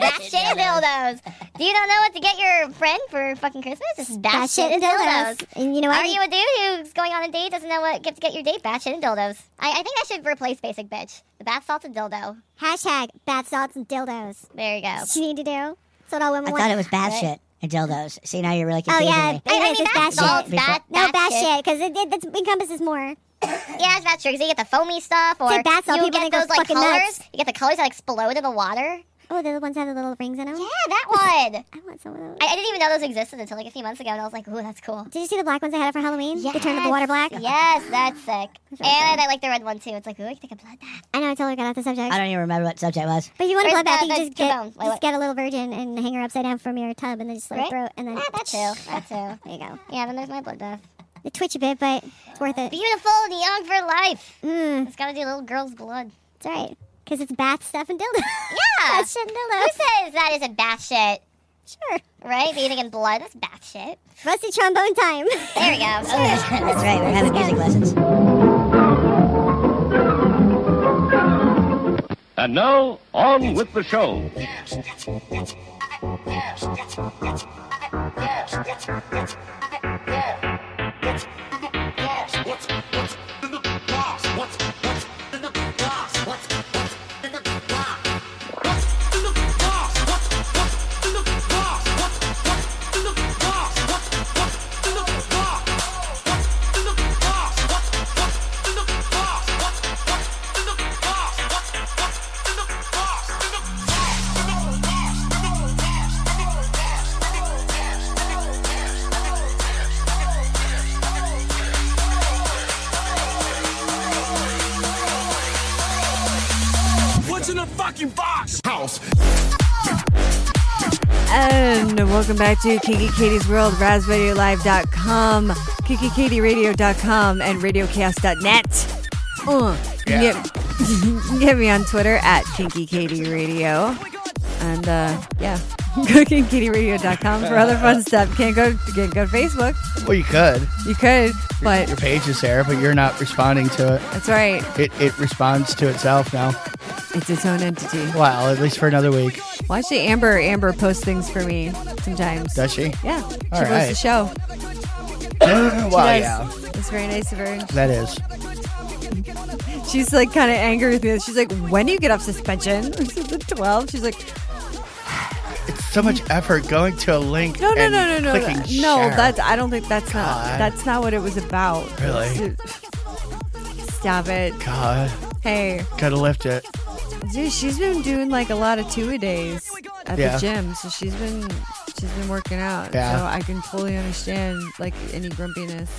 [SPEAKER 8] bath shit and dildos. Do you not know what to get your friend for fucking Christmas? This is bath,
[SPEAKER 4] Bash it
[SPEAKER 8] shit and dildos.
[SPEAKER 4] And you know
[SPEAKER 8] Are
[SPEAKER 4] what?
[SPEAKER 8] you a dude who's going on a date doesn't know what gift to get your date? Bath shit and dildos. I, I think that should replace basic bitch. The bath salts and dildo.
[SPEAKER 4] Hashtag bath salts and dildos.
[SPEAKER 8] There you go.
[SPEAKER 4] What you need to do. That's what all
[SPEAKER 9] it.
[SPEAKER 4] women
[SPEAKER 9] I
[SPEAKER 4] want.
[SPEAKER 9] thought it was bath shit and dildos. See, now you're really
[SPEAKER 4] Oh
[SPEAKER 9] confusing
[SPEAKER 4] yeah,
[SPEAKER 9] me.
[SPEAKER 4] it is,
[SPEAKER 8] I, I
[SPEAKER 4] it's
[SPEAKER 8] mean, bath
[SPEAKER 4] bath
[SPEAKER 8] salts,
[SPEAKER 4] shit.
[SPEAKER 8] bath,
[SPEAKER 4] No
[SPEAKER 8] bath
[SPEAKER 4] bath shit, because it, it that's, encompasses more.
[SPEAKER 8] Yeah, that's true. Because you get the foamy stuff, or
[SPEAKER 4] like bath salt,
[SPEAKER 8] you
[SPEAKER 4] people
[SPEAKER 8] get
[SPEAKER 4] think
[SPEAKER 8] those
[SPEAKER 4] it's
[SPEAKER 8] like
[SPEAKER 4] fucking
[SPEAKER 8] colors.
[SPEAKER 4] nuts.
[SPEAKER 8] You get the colors that explode in the water.
[SPEAKER 4] Oh, they're the ones that have the little rings in them.
[SPEAKER 8] Yeah, that one.
[SPEAKER 4] I want some of those.
[SPEAKER 8] I, I didn't even know those existed until like a few months ago, and I was like, ooh, that's cool.
[SPEAKER 4] Did you see the black ones I had for Halloween? They turned the water black.
[SPEAKER 8] Yes, that's sick. and I like the red one too. It's like, ooh, I think a blood bath.
[SPEAKER 4] I know. I totally got off the subject.
[SPEAKER 9] I don't even remember what subject was.
[SPEAKER 4] But if you want to
[SPEAKER 8] Where's
[SPEAKER 4] blood bath,
[SPEAKER 8] the-
[SPEAKER 4] you can
[SPEAKER 8] the
[SPEAKER 4] just get,
[SPEAKER 8] Jerome? Wait,
[SPEAKER 4] just
[SPEAKER 8] what?
[SPEAKER 4] get a little virgin and hang her upside down from your tub, and then just like
[SPEAKER 8] Right?
[SPEAKER 4] throw it, and then
[SPEAKER 8] Yeah, that too. That too. There you go. Yeah, then there's my blood bath.
[SPEAKER 4] It twitch a bit, but it's worth it.
[SPEAKER 8] Beautiful and young for life.
[SPEAKER 4] Mm,
[SPEAKER 8] It's gotta do little girl's blood.
[SPEAKER 4] it's all right, because it's bath stuff and dildos.
[SPEAKER 8] Yeah.
[SPEAKER 4] bath shit and dildos.
[SPEAKER 8] Who says that isn't bath shit?
[SPEAKER 4] Sure.
[SPEAKER 8] Right? Bathing in blood. That's bath shit.
[SPEAKER 4] Rusty trombone time.
[SPEAKER 8] There we go.
[SPEAKER 9] Oh, that's, that's right. We're having music lessons.
[SPEAKER 7] And now, on with the show.
[SPEAKER 10] What's in the fucking box? House.
[SPEAKER 5] And welcome back to Kiki Katie's World, RazRadioLive.com, KikiKatieRadio.com, and RadioCast.net. Uh,
[SPEAKER 1] Yeah.
[SPEAKER 5] Get, get me on Twitter at Kinky Katie Radio. And uh, yeah, go to KinkyKatieRadio.com for other fun stuff. Can't go, can't go to Facebook.
[SPEAKER 1] Well, you could.
[SPEAKER 5] You could, but
[SPEAKER 1] Your page is there, but you're not responding to it.
[SPEAKER 5] that's right.
[SPEAKER 1] It it responds to itself now.
[SPEAKER 5] It's its own entity.
[SPEAKER 1] Well, at least for another week.
[SPEAKER 5] Well, actually, Amber Amber posts things for me sometimes.
[SPEAKER 1] Does she?
[SPEAKER 5] Yeah, she posts
[SPEAKER 1] right.
[SPEAKER 5] the show.
[SPEAKER 1] well,
[SPEAKER 5] She
[SPEAKER 1] yeah.
[SPEAKER 5] does. It's very nice of her.
[SPEAKER 1] That is.
[SPEAKER 5] She's like kind of angry with me. She's like, "When do you get off suspension?" I said, "The 12." She's like,
[SPEAKER 1] It's so much effort going to a link.
[SPEAKER 5] "No, no,
[SPEAKER 1] and
[SPEAKER 5] no, no, no,
[SPEAKER 1] clicking
[SPEAKER 5] no.
[SPEAKER 1] share.
[SPEAKER 5] That's I don't think that's not
[SPEAKER 1] God.
[SPEAKER 5] that's not what it was about."
[SPEAKER 1] Really?
[SPEAKER 5] Stop it.
[SPEAKER 1] God.
[SPEAKER 5] Hey,
[SPEAKER 1] Gotta lift it.
[SPEAKER 5] dude, she's been doing like a lot of two a days at
[SPEAKER 1] Yeah.
[SPEAKER 5] the gym, so she's been she's been working out.
[SPEAKER 1] Yeah.
[SPEAKER 5] So I can fully understand like any grumpiness.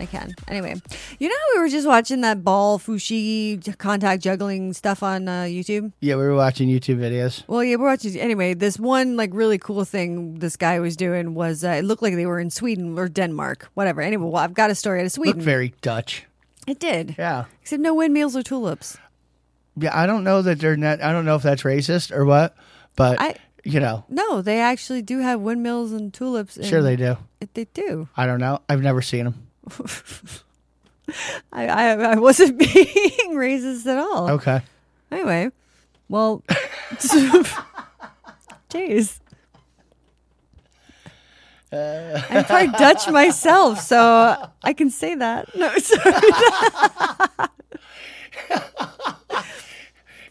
[SPEAKER 5] I can. Anyway, you know how we were just watching that ball fushi contact juggling stuff on uh, YouTube.
[SPEAKER 1] Yeah, we were watching YouTube videos.
[SPEAKER 5] Well, yeah, we're watching. Anyway, this one like really cool thing this guy was doing was uh, it looked like they were in Sweden or Denmark, whatever. Anyway, well, I've got a story out of
[SPEAKER 1] Look
[SPEAKER 5] Sweden.
[SPEAKER 1] very Dutch.
[SPEAKER 5] it did,
[SPEAKER 1] Yeah.
[SPEAKER 5] except no windmills or tulips.
[SPEAKER 1] Yeah, I don't know that they're not. I don't know if that's racist or what, but
[SPEAKER 5] I-
[SPEAKER 1] you know,
[SPEAKER 5] No, they actually do have windmills and tulips. And
[SPEAKER 1] sure they do.
[SPEAKER 5] They do.
[SPEAKER 1] I don't know. I've never seen them.
[SPEAKER 5] I, I I wasn't being racist at all.
[SPEAKER 1] Okay.
[SPEAKER 5] Anyway, well, jeez.
[SPEAKER 1] Uh.
[SPEAKER 5] I'm part Dutch myself, so I can say that. No, sorry.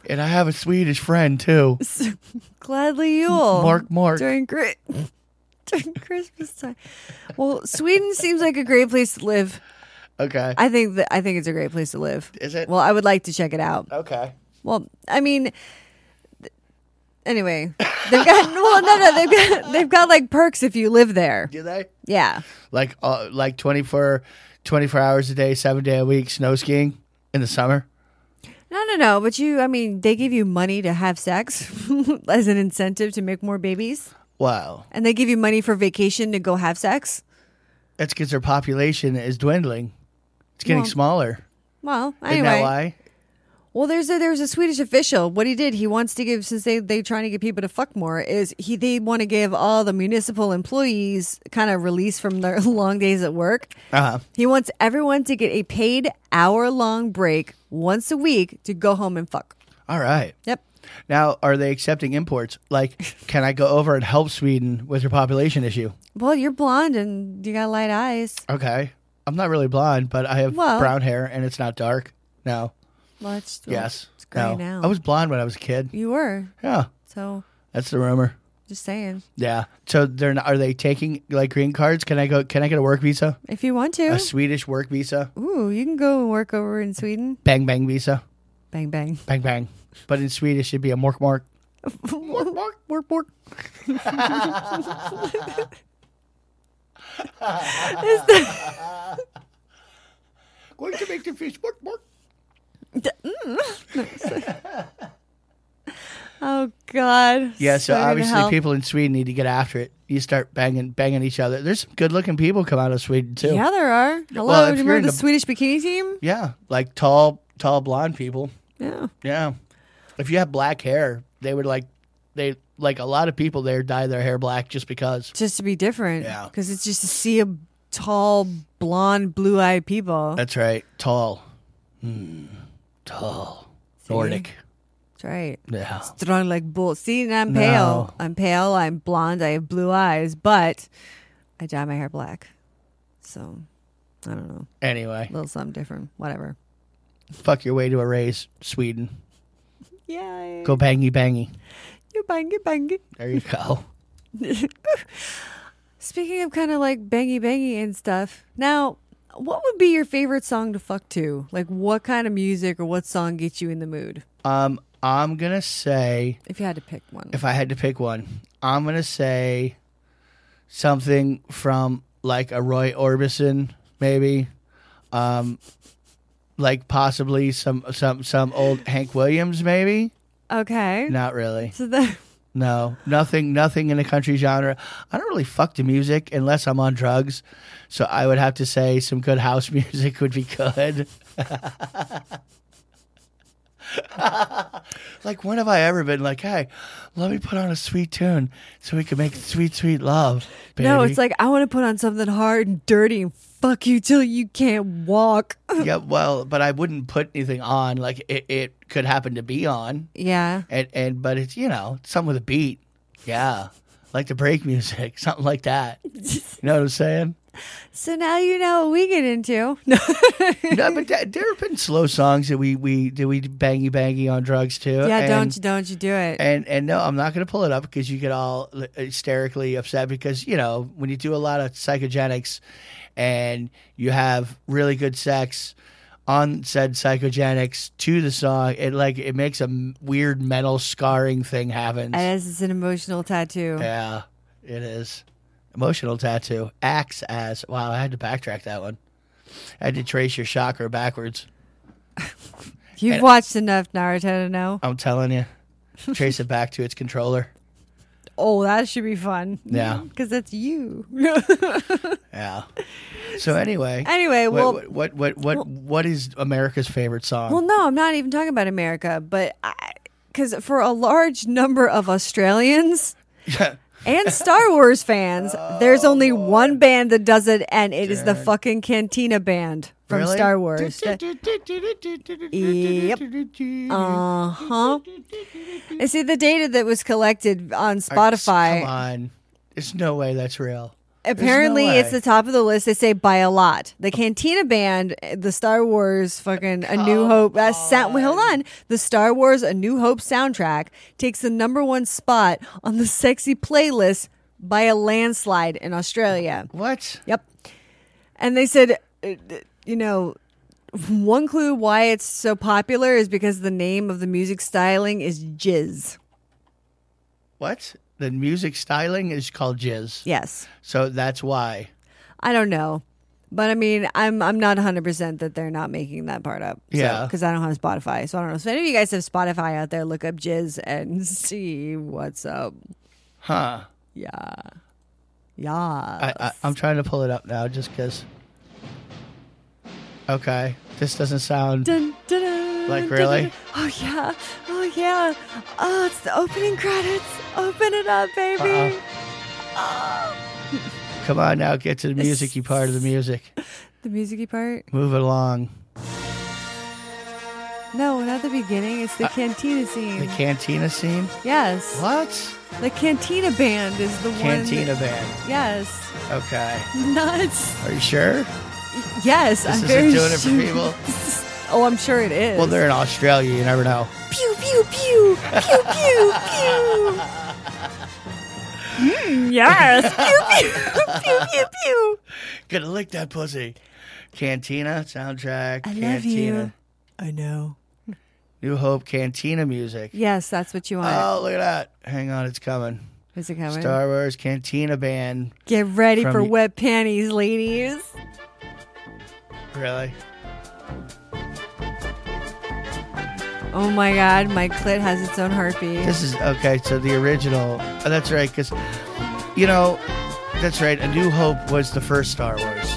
[SPEAKER 1] And I have a Swedish friend too.
[SPEAKER 5] Gladly Yule.
[SPEAKER 1] Mark, Mark.
[SPEAKER 5] During, Chri- during Christmas time. Well, Sweden seems like a great place to live.
[SPEAKER 1] Okay.
[SPEAKER 5] I think that I think it's a great place to live.
[SPEAKER 1] Is it?
[SPEAKER 5] Well, I would like to check it out.
[SPEAKER 1] okay.
[SPEAKER 5] Well, I mean, th- anyway, they've got well, no, no, they've got they've got like perks if you live there.
[SPEAKER 1] Do they
[SPEAKER 5] Yeah,
[SPEAKER 1] like uh, like 24, 24 hours a day, seven day a week, snow skiing in the summer?
[SPEAKER 5] no, no, no. But you, I mean, they give you money to have sex as an incentive to make more babies,
[SPEAKER 1] Wow,
[SPEAKER 5] and they give you money for vacation to go have sex.
[SPEAKER 1] that's because their population is dwindling. It's getting
[SPEAKER 5] Well,
[SPEAKER 1] smaller.
[SPEAKER 5] Well,
[SPEAKER 1] Isn't that
[SPEAKER 5] anyway,
[SPEAKER 1] why?
[SPEAKER 5] well, there's a there's a Swedish official. What he did, he wants to give since they they trying to get people to fuck more. Is he they want to give all the municipal employees kind of release from their long days at work.
[SPEAKER 1] Uh huh.
[SPEAKER 5] He wants everyone to get a paid hour long break once a week to go home and fuck.
[SPEAKER 1] All right.
[SPEAKER 5] Yep.
[SPEAKER 1] Now, are they accepting imports? Like, can I go over and help Sweden with their population issue?
[SPEAKER 5] Well, you're blonde and you got light eyes.
[SPEAKER 1] Okay. I'm not really blonde, but I have
[SPEAKER 5] Well-
[SPEAKER 1] brown hair and it's not dark. No.
[SPEAKER 5] Well, it's,
[SPEAKER 1] Yes.
[SPEAKER 5] It's gray
[SPEAKER 1] no.
[SPEAKER 5] now.
[SPEAKER 1] I was blonde when I was a kid.
[SPEAKER 5] you were.
[SPEAKER 1] Yeah.
[SPEAKER 5] So
[SPEAKER 1] That's the rumor.
[SPEAKER 5] just saying.
[SPEAKER 1] Yeah. So they're not, are they taking like green cards? Can I go? Can I get a work visa?
[SPEAKER 5] If you want to,
[SPEAKER 1] A Swedish work visa?
[SPEAKER 5] ooh, you can go and work over in Sweden.
[SPEAKER 1] Bang bang visa?
[SPEAKER 5] Bang, bang.
[SPEAKER 1] Bang bang. But in Swedish, it'd be a mork mork.
[SPEAKER 5] Work, work, work, work.
[SPEAKER 1] Going to make the fish mork mork.
[SPEAKER 5] mm. Oh, God.
[SPEAKER 1] Yeah. So
[SPEAKER 5] Sorry to
[SPEAKER 1] obviously,
[SPEAKER 5] help.
[SPEAKER 1] people in Sweden need to get after it. You start banging banging each other. There's some good looking people come out of Sweden too.
[SPEAKER 5] Yeah, there are. Hello.
[SPEAKER 1] Well,
[SPEAKER 5] Do
[SPEAKER 1] if
[SPEAKER 5] you
[SPEAKER 1] you're in
[SPEAKER 5] remember the
[SPEAKER 1] the-
[SPEAKER 5] Swedish bikini team?
[SPEAKER 1] Yeah, like tall, tall blonde people.
[SPEAKER 5] Yeah.
[SPEAKER 1] Yeah, if you have black hair, they would like they like a lot of people there dye their hair black just because.
[SPEAKER 5] just to be different.
[SPEAKER 1] Yeah.
[SPEAKER 5] because it's just to see a tall, blonde, blue-eyed people. That's
[SPEAKER 1] That's right. Tall. Hmm. Tall. Nordic.
[SPEAKER 5] right.
[SPEAKER 1] Yeah.
[SPEAKER 5] Strong like bull. See, and I'm
[SPEAKER 1] No.
[SPEAKER 5] pale. I'm pale. I'm blonde. I have blue eyes, but I dye my hair black. So I don't know.
[SPEAKER 1] Anyway,
[SPEAKER 5] A little something different. Whatever.
[SPEAKER 1] fuck your way to a raise, Sweden.
[SPEAKER 5] Yay.
[SPEAKER 1] Go bangy bangy.
[SPEAKER 5] You bangy bangy.
[SPEAKER 1] There you go.
[SPEAKER 5] Speaking of kind of like bangy bangy and stuff, now what would be your favorite song to fuck to? Like what kind of music or what song gets you in the mood?
[SPEAKER 1] Um, I'm gonna say
[SPEAKER 5] If you had to pick one.
[SPEAKER 1] if I had to pick one, I'm gonna say something from like a Roy Orbison, maybe, um, like possibly some some some old Hank Williams, maybe.
[SPEAKER 5] okay.
[SPEAKER 1] Not really.
[SPEAKER 5] So the
[SPEAKER 1] No, nothing, nothing in the country genre. I don't really fuck the music unless I'm on drugs, so I would have to say some good house music would be good. like when have I ever been like, hey, let me put on a sweet tune so we can make sweet, sweet love, baby.
[SPEAKER 5] No, it's like I want to put on something hard and dirty and fuck you till you can't walk.
[SPEAKER 1] yeah, well, but I wouldn't put anything on. Like it, it could happen to be on,
[SPEAKER 5] yeah.
[SPEAKER 1] and and but it's you know something with a beat, yeah, like the break music, something like that. You know what I'm saying?
[SPEAKER 5] So now you know what we get into. No.
[SPEAKER 1] no, but th- there have been slow songs that we we did we bangy bangy on drugs too.
[SPEAKER 5] yeah,
[SPEAKER 1] and,
[SPEAKER 5] don't you don't you do it.
[SPEAKER 1] And and no, I'm not going to pull it up because you get all l- hysterically upset because you know when you do a lot of psychogenics, and you have really good sex on said psychogenics to the song, it like it makes a m- weird metal scarring thing happens.
[SPEAKER 5] I guess it's an emotional tattoo.
[SPEAKER 1] yeah, it is emotional tattoo acts as wow. I had to backtrack that one. I had to trace your chakra backwards.
[SPEAKER 5] You've
[SPEAKER 1] and-
[SPEAKER 5] watched enough Naruto to know.
[SPEAKER 1] I'm telling you. Trace it back to its controller.
[SPEAKER 5] Oh, that should be fun.
[SPEAKER 1] Yeah.
[SPEAKER 5] Because that's you.
[SPEAKER 1] Yeah. So anyway.
[SPEAKER 5] Anyway,
[SPEAKER 1] what,
[SPEAKER 5] well-
[SPEAKER 1] what what what what, what is America's favorite song?
[SPEAKER 5] well, no, I'm not even talking about America, but because for a large number of Australians and Star Wars fans, there's
[SPEAKER 1] Oh,
[SPEAKER 5] only one band that does it, and it is the fucking Cantina Band from
[SPEAKER 1] Really?
[SPEAKER 5] Star Wars. Yep. Uh huh. And see, the data that was collected on Spotify,
[SPEAKER 1] Come on. There's no way that's real. There's no
[SPEAKER 5] apparently it's
[SPEAKER 1] way.
[SPEAKER 5] the top of the list. They say by a lot. The Cantina Band, the Star Wars fucking A New Hope. Uh, sa- wait, hold on. The Star Wars A New Hope soundtrack takes the number one spot on the sexy playlist by a landslide in Australia.
[SPEAKER 1] What?
[SPEAKER 5] Yep. And they said, uh, you know, one clue why it's so popular is because the name of the music styling is jizz.
[SPEAKER 1] What? The music styling is called jizz.
[SPEAKER 5] Yes.
[SPEAKER 1] So that's why.
[SPEAKER 5] I don't know. But I mean, I'm I'm not 100% that they're not making that part up.
[SPEAKER 1] Yeah.
[SPEAKER 5] Because I don't have Spotify. So I don't know. So if any of you guys have Spotify out there, look up Jizz and see what's up.
[SPEAKER 1] Huh.
[SPEAKER 5] Yeah. Yeah.
[SPEAKER 1] I, I I'm trying to pull it up now just cuz Okay. This doesn't sound
[SPEAKER 5] Dun, dun, dun,
[SPEAKER 1] Like,
[SPEAKER 5] dun,
[SPEAKER 1] really?
[SPEAKER 5] dun. Oh yeah. Oh yeah. Oh, it's the opening credits. Open it up, baby.
[SPEAKER 1] Come on now, get to the musicy part of the music.
[SPEAKER 5] The musicy part?
[SPEAKER 1] Move it along.
[SPEAKER 5] No, not the beginning. It's the cantina scene.
[SPEAKER 1] Uh, The cantina scene?
[SPEAKER 5] yes.
[SPEAKER 1] What?
[SPEAKER 5] The cantina band is the
[SPEAKER 1] Cantina
[SPEAKER 5] one.
[SPEAKER 1] band.
[SPEAKER 5] That, yes.
[SPEAKER 1] Okay.
[SPEAKER 5] Nuts.
[SPEAKER 1] Are you sure?
[SPEAKER 5] Yes,
[SPEAKER 1] This
[SPEAKER 5] I'm
[SPEAKER 1] isn't
[SPEAKER 5] very
[SPEAKER 1] doing it for
[SPEAKER 5] sure.
[SPEAKER 1] people?
[SPEAKER 5] oh, I'm sure it is.
[SPEAKER 1] Well, they're in Australia. You never know.
[SPEAKER 5] pew pew pew pew pew pew. Mm, yes, pew pew pew pew pew.
[SPEAKER 1] Gonna lick that pussy. Cantina soundtrack.
[SPEAKER 5] I
[SPEAKER 1] cantina.
[SPEAKER 5] love you. I know.
[SPEAKER 1] New Hope Cantina music.
[SPEAKER 5] Yes, that's what you want.
[SPEAKER 1] Oh, look at that. Hang on, it's coming.
[SPEAKER 5] is it coming?
[SPEAKER 1] Star Wars Cantina Band.
[SPEAKER 5] Get ready
[SPEAKER 1] from
[SPEAKER 5] for
[SPEAKER 1] y-
[SPEAKER 5] wet panties, ladies.
[SPEAKER 1] Really?
[SPEAKER 5] Oh my God, my clit has its own heartbeat.
[SPEAKER 1] This is okay. So the original. Oh, that's right. Because, you know, that's right. A New Hope was the first Star Wars.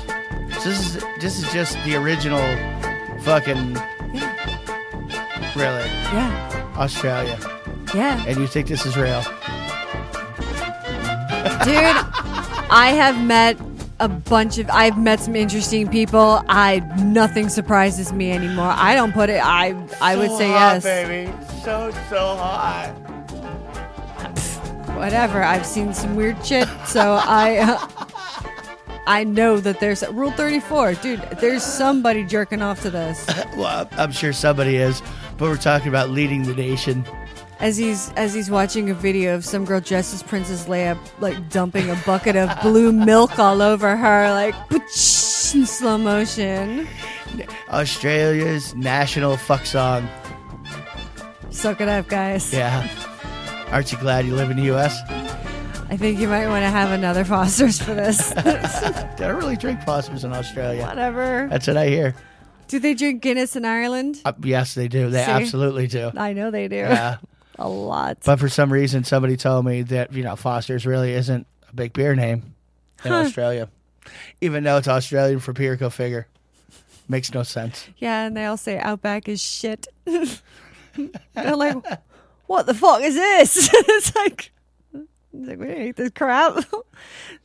[SPEAKER 1] So this is this is just the original, fucking. Really,
[SPEAKER 5] yeah,
[SPEAKER 1] Australia,
[SPEAKER 5] yeah.
[SPEAKER 1] and you think this is real?
[SPEAKER 5] Dude, I have met a bunch of I've met some interesting people. I nothing surprises me anymore. I don't put it I I would
[SPEAKER 1] So
[SPEAKER 5] say
[SPEAKER 1] hot,
[SPEAKER 5] yes.
[SPEAKER 1] baby. So so hot.
[SPEAKER 5] Whatever. I've seen some weird shit, so I I know that there's rule 34. Dude, there's somebody jerking off to this.
[SPEAKER 1] Well, I'm- I'm sure somebody is, but we're talking about leading the nation.
[SPEAKER 5] As he's as he's watching a video of some girl dressed as Princess Leia, like dumping a bucket of blue milk all over her, like "P'tsh," in slow motion.
[SPEAKER 1] Australia's national fuck song.
[SPEAKER 5] Suck it up, guys.
[SPEAKER 1] Yeah. Aren't you glad you live in the U.S.?
[SPEAKER 5] I think you might want to have another Foster's for this.
[SPEAKER 1] They don't really drink possums in Australia.
[SPEAKER 5] Whatever.
[SPEAKER 1] That's what I hear.
[SPEAKER 5] Do they drink Guinness in Ireland?
[SPEAKER 1] Uh, yes, they do. They
[SPEAKER 5] See?
[SPEAKER 1] absolutely do.
[SPEAKER 5] I know they do.
[SPEAKER 1] Yeah.
[SPEAKER 5] A lot.
[SPEAKER 1] But for some reason, somebody told me that you know Foster's really isn't a big beer name in Australia, even though it's Australian for beer. Go figure. Makes no sense.
[SPEAKER 5] yeah, and they all say Outback is shit. They're like, what the fuck is this? it's like, it's like, we hate this crap.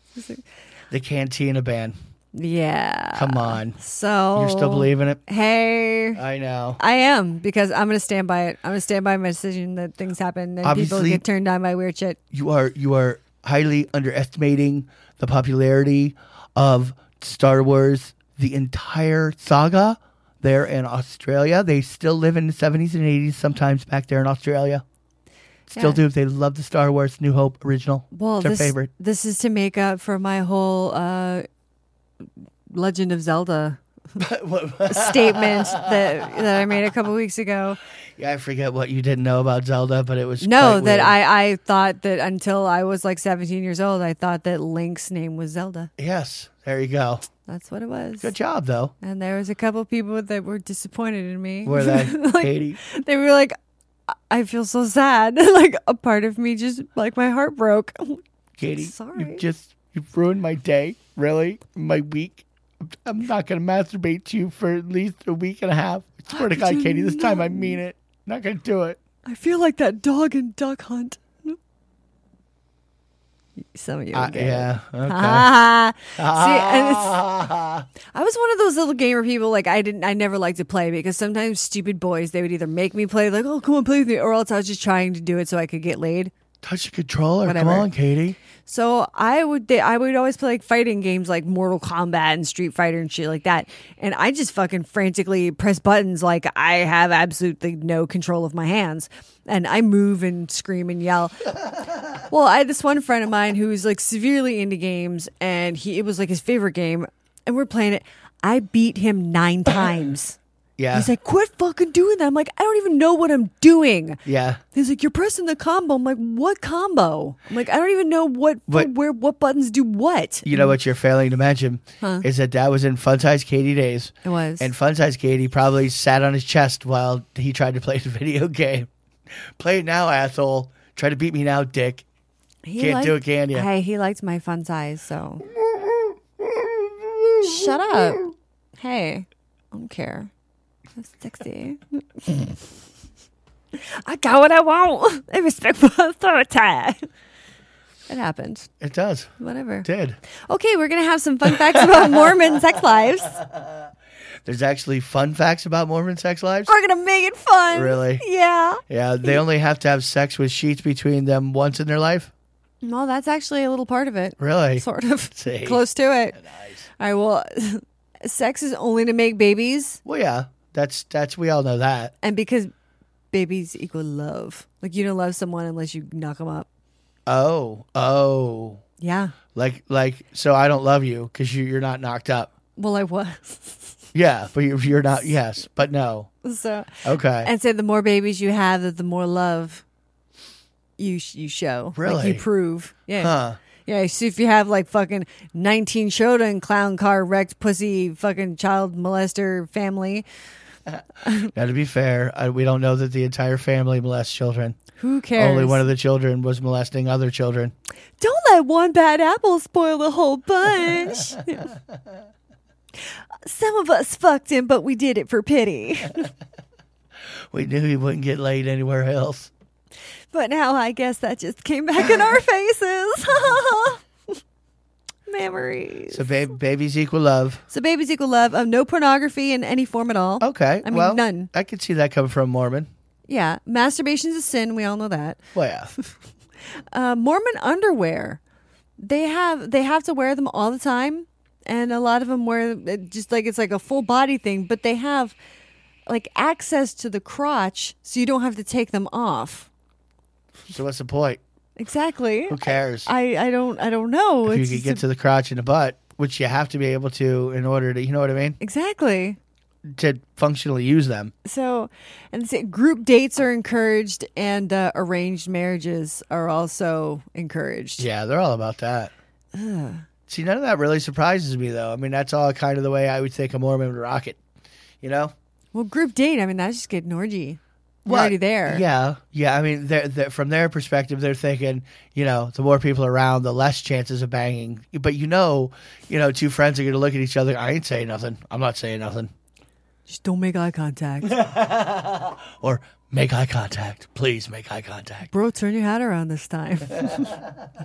[SPEAKER 1] The Cantina Band.
[SPEAKER 5] yeah.
[SPEAKER 1] Come on,
[SPEAKER 5] Uh, So.
[SPEAKER 1] you're still believing it?
[SPEAKER 5] Hey.
[SPEAKER 1] I know.
[SPEAKER 5] I am because I'm gonna stand by it. I'm gonna stand by my decision that things happen and people
[SPEAKER 1] Obviously-
[SPEAKER 5] get turned on by weird shit.
[SPEAKER 1] You are you are highly underestimating the popularity of Star Wars. The entire saga there in Australia. They still live in the 70s and 80s sometimes back there in Australia. Still
[SPEAKER 5] Yeah.
[SPEAKER 1] do. They love the Star Wars New Hope original.
[SPEAKER 5] Well,
[SPEAKER 1] it's their
[SPEAKER 5] this,
[SPEAKER 1] favorite.
[SPEAKER 5] This is to make up for my whole uh, Legend of Zelda statement that that I made a couple weeks ago.
[SPEAKER 1] Yeah, I forget what you didn't know about Zelda, but it was
[SPEAKER 5] No,
[SPEAKER 1] quite
[SPEAKER 5] that
[SPEAKER 1] weird.
[SPEAKER 5] I I thought that until I was like 17 years old, I thought that Link's name was Zelda.
[SPEAKER 1] yes, there you go.
[SPEAKER 5] That's what it was.
[SPEAKER 1] Good job though.
[SPEAKER 5] And there was a couple people that were disappointed in me.
[SPEAKER 1] Were they,
[SPEAKER 5] Like,
[SPEAKER 1] Katie?
[SPEAKER 5] They were like, "I- I feel so sad. like a part of me just like my heart broke.
[SPEAKER 1] Katie,
[SPEAKER 5] Sorry.
[SPEAKER 1] you just you ruined my day. Really, my week. I'm not gonna masturbate to you for at least a week and a half. I swear to God, Katie, this time I mean it. Not gonna do it.
[SPEAKER 5] I feel like that dog in Duck Hunt. Some of you
[SPEAKER 1] Uh,
[SPEAKER 5] would get it.
[SPEAKER 1] yeah. Okay.
[SPEAKER 5] Ah. See, and it's- I was one of those little gamer people. Like I didn't, I never liked to play because sometimes stupid boys they would either make me play, like, "Oh, come on, play with me," or else I was just trying to do it so I could get laid.
[SPEAKER 1] Touch the controller.
[SPEAKER 5] Whatever.
[SPEAKER 1] Come on, Katie.
[SPEAKER 5] So I would, they, I would always play like fighting games, like Mortal Kombat and Street Fighter and shit like that. And I just fucking frantically press buttons, like I have absolutely no control of my hands, and I move and scream and yell. Well, I had this one friend of mine who was like severely into games, and he it was like his favorite game, and we're playing it. I beat him nine times.
[SPEAKER 1] Yeah.
[SPEAKER 5] He's like, "Quit fucking doing that." I'm like, "I don't even know what I'm doing."
[SPEAKER 1] yeah.
[SPEAKER 5] He's like, "You're pressing the combo." I'm like, "What combo?" I'm like, "I don't even know what
[SPEAKER 1] But-
[SPEAKER 5] where what buttons do what."
[SPEAKER 1] You know what you're failing to mention is that that was in Fun Size Katie days.
[SPEAKER 5] It was.
[SPEAKER 1] And fun size Katie probably sat on his chest while he tried to play the video game. Play it now, asshole. Try to beat me now, dick.
[SPEAKER 5] He
[SPEAKER 1] Can't do it, can ya?
[SPEAKER 5] Hey, he liked my fun size, so shut up. Hey, I don't care. That's sexy. I got what I want. I respect my authority. It happened.
[SPEAKER 1] It does.
[SPEAKER 5] Whatever.
[SPEAKER 1] It did.
[SPEAKER 5] Okay, we're gonna have some fun facts about Mormon sex lives.
[SPEAKER 1] There's actually fun facts about Mormon sex lives.
[SPEAKER 5] We're gonna make it fun.
[SPEAKER 1] Really?
[SPEAKER 5] Yeah.
[SPEAKER 1] Yeah, they only have to have sex with sheets between them once in their life.
[SPEAKER 5] Well, that's actually a little part of it.
[SPEAKER 1] Really?
[SPEAKER 5] Sort of.
[SPEAKER 1] See.
[SPEAKER 5] Close to it. All right, well, sex is only to make babies,
[SPEAKER 1] Well, yeah. That's that's we all know that.
[SPEAKER 5] and because babies equal love. Like, you don't love someone unless you knock them up.
[SPEAKER 1] Oh, oh,
[SPEAKER 5] Yeah.
[SPEAKER 1] like like so I don't love you because you you're not knocked up.
[SPEAKER 5] Well, I was.
[SPEAKER 1] Yeah, but you're, you're not. Yes, but no.
[SPEAKER 5] so,
[SPEAKER 1] Okay.
[SPEAKER 5] and so the more babies you have, the- the more love you sh- you show. Like,
[SPEAKER 1] Really?
[SPEAKER 5] you prove. Yeah.
[SPEAKER 1] huh.
[SPEAKER 5] Yeah, so if you have like fucking 19 Shodan clown car wrecked pussy fucking child molester family,
[SPEAKER 1] Now, to be fair, I, we don't know that the entire family molests children.
[SPEAKER 5] who cares?
[SPEAKER 1] Only one of the children was molesting other children.
[SPEAKER 5] Don't let one bad apple spoil the whole bunch. Some of us fucked him, but we did it for pity.
[SPEAKER 1] We knew he wouldn't get laid anywhere else.
[SPEAKER 5] But now I guess that just came back in our faces. memories. memories.
[SPEAKER 1] So ba- babies equal love.
[SPEAKER 5] So babies equal love. Um, no pornography in any form at all.
[SPEAKER 1] Okay.
[SPEAKER 5] I mean,
[SPEAKER 1] well,
[SPEAKER 5] none.
[SPEAKER 1] I could see that coming from a Mormon.
[SPEAKER 5] Yeah. Masturbation is a sin. We all know that.
[SPEAKER 1] Well, yeah.
[SPEAKER 5] Uh, Mormon underwear. They have they have to wear them all the time, and a lot of them wear uh, just like it's like a full body thing. But they have like access to the crotch, so you don't have to take them off.
[SPEAKER 1] So what's the point?
[SPEAKER 5] Exactly.
[SPEAKER 1] Who cares?
[SPEAKER 5] I, I don't I don't know.
[SPEAKER 1] if
[SPEAKER 5] It's
[SPEAKER 1] you could
[SPEAKER 5] just
[SPEAKER 1] get
[SPEAKER 5] a-
[SPEAKER 1] to the crotch and the butt, which you have to be able to in order to, you know what I mean,
[SPEAKER 5] exactly.
[SPEAKER 1] to functionally use them.
[SPEAKER 5] So, and so group dates are encouraged, and uh, arranged marriages are also encouraged.
[SPEAKER 1] Yeah, they're all about that. See, none of that really surprises me, though. I mean, that's all kind of the way I would think a Mormon would rock it. You know,
[SPEAKER 5] Well, group date. I mean, that's just getting orgy. We're
[SPEAKER 1] Well,
[SPEAKER 5] already there.
[SPEAKER 1] Yeah, yeah. I mean, they're, they're- from their perspective, they're thinking, you know, the more people around, the less chances of banging. But you know, you know, two friends are going to look at each other. I ain't saying nothing. I'm not saying nothing.
[SPEAKER 5] Just don't make eye contact,
[SPEAKER 1] Or make eye contact. Please make eye contact.
[SPEAKER 5] bro. Turn your hat around this time. you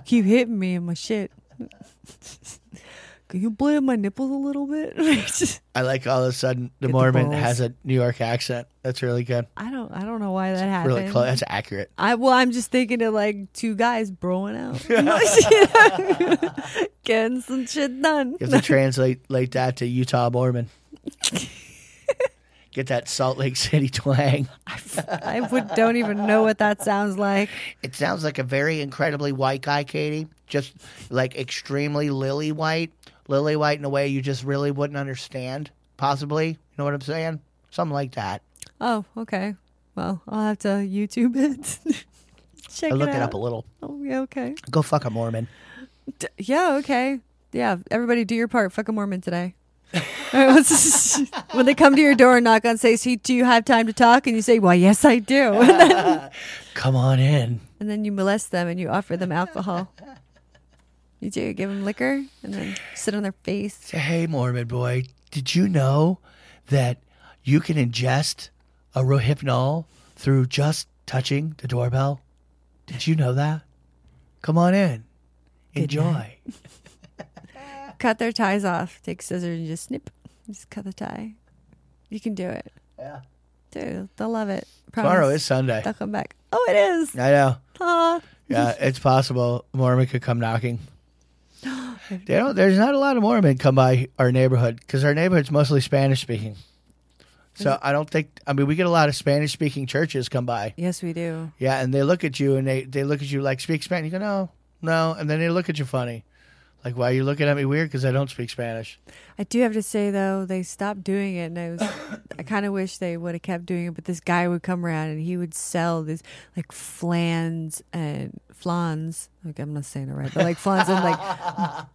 [SPEAKER 5] keep hitting me in my shit. Can you blade my nipples a little bit?
[SPEAKER 1] I like all of a sudden the
[SPEAKER 5] Get the
[SPEAKER 1] Mormon
[SPEAKER 5] balls.
[SPEAKER 1] has a New York accent. That's really good.
[SPEAKER 5] I don't. I don't know why that happened.
[SPEAKER 1] Really close. That's accurate.
[SPEAKER 5] I well, I'm just thinking of like two guys broing out, getting some shit done.
[SPEAKER 1] You have to translate like that to Utah Mormon. Get that Salt Lake City twang.
[SPEAKER 5] I would, don't even know what that sounds like.
[SPEAKER 1] It sounds like a very incredibly white guy, Katie. Just like extremely lily white. Lily white in a way you just really wouldn't understand, possibly. You know what I'm saying? Something like that.
[SPEAKER 5] Oh, okay. Well, I'll have to YouTube it. Check
[SPEAKER 1] I look
[SPEAKER 5] it,
[SPEAKER 1] it
[SPEAKER 5] out.
[SPEAKER 1] up a little.
[SPEAKER 5] Oh, yeah, okay.
[SPEAKER 1] Go fuck a Mormon.
[SPEAKER 5] D- yeah, okay. Yeah, everybody do your part. Fuck a Mormon today. All right, what's- when they come to your door and knock on, say, "See, do you have time to talk?" and you say, "Why, yes, I do," and then,
[SPEAKER 1] Come on in.
[SPEAKER 5] and then you molest them and you offer them alcohol. You do give them liquor and then sit on their face.
[SPEAKER 1] Say, hey, Mormon boy, did you know that you can ingest a Rohypnol through just touching the doorbell? Did you know that? Come on in. Enjoy.
[SPEAKER 5] Cut their ties off. Take scissors and just snip. Just cut the tie. You can do it.
[SPEAKER 1] Yeah.
[SPEAKER 5] Dude, they'll love it.
[SPEAKER 1] Tomorrow
[SPEAKER 5] Promise.
[SPEAKER 1] is Sunday.
[SPEAKER 5] They'll come back. Oh, it is.
[SPEAKER 1] I know.
[SPEAKER 5] Aw.
[SPEAKER 1] Yeah, it's possible Mormon could come knocking. They don't, there's not a lot of Mormon come by our neighborhood because our neighborhood's mostly Spanish speaking. So I don't think, I mean, we get a lot of Spanish speaking churches come by.
[SPEAKER 5] Yes, we do.
[SPEAKER 1] Yeah, and they look at you and they, they look at you like speak Spanish. You go no, no, and then they look at you funny, like why are you looking at me weird because I don't speak Spanish.
[SPEAKER 5] I do have to say though, they stopped doing it, and I was, I kind of wish they would have kept doing it. But this guy would come around and he would sell this like flans and flans. Like I'm not saying it right, but like flans and like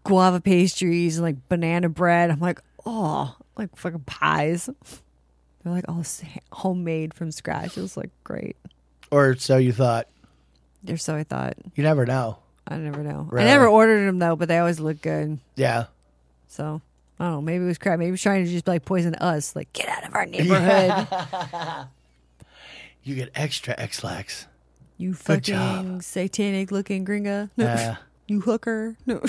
[SPEAKER 5] guava pastries and like banana bread. I'm like, oh, like fucking pies. They're like all s- homemade from scratch. It was like great.
[SPEAKER 1] Or so you thought.
[SPEAKER 5] Or so I thought.
[SPEAKER 1] You never know.
[SPEAKER 5] I never know.
[SPEAKER 1] Really?
[SPEAKER 5] I never ordered them though, but they always look good.
[SPEAKER 1] Yeah,
[SPEAKER 5] So I don't know. Maybe it was crap. Maybe it was trying to just like poison us. Like get out of our neighborhood.
[SPEAKER 1] you get extra X-lax.
[SPEAKER 5] You
[SPEAKER 1] Good job.
[SPEAKER 5] fucking satanic looking gringa. No.
[SPEAKER 1] Yeah.
[SPEAKER 5] you hooker. No.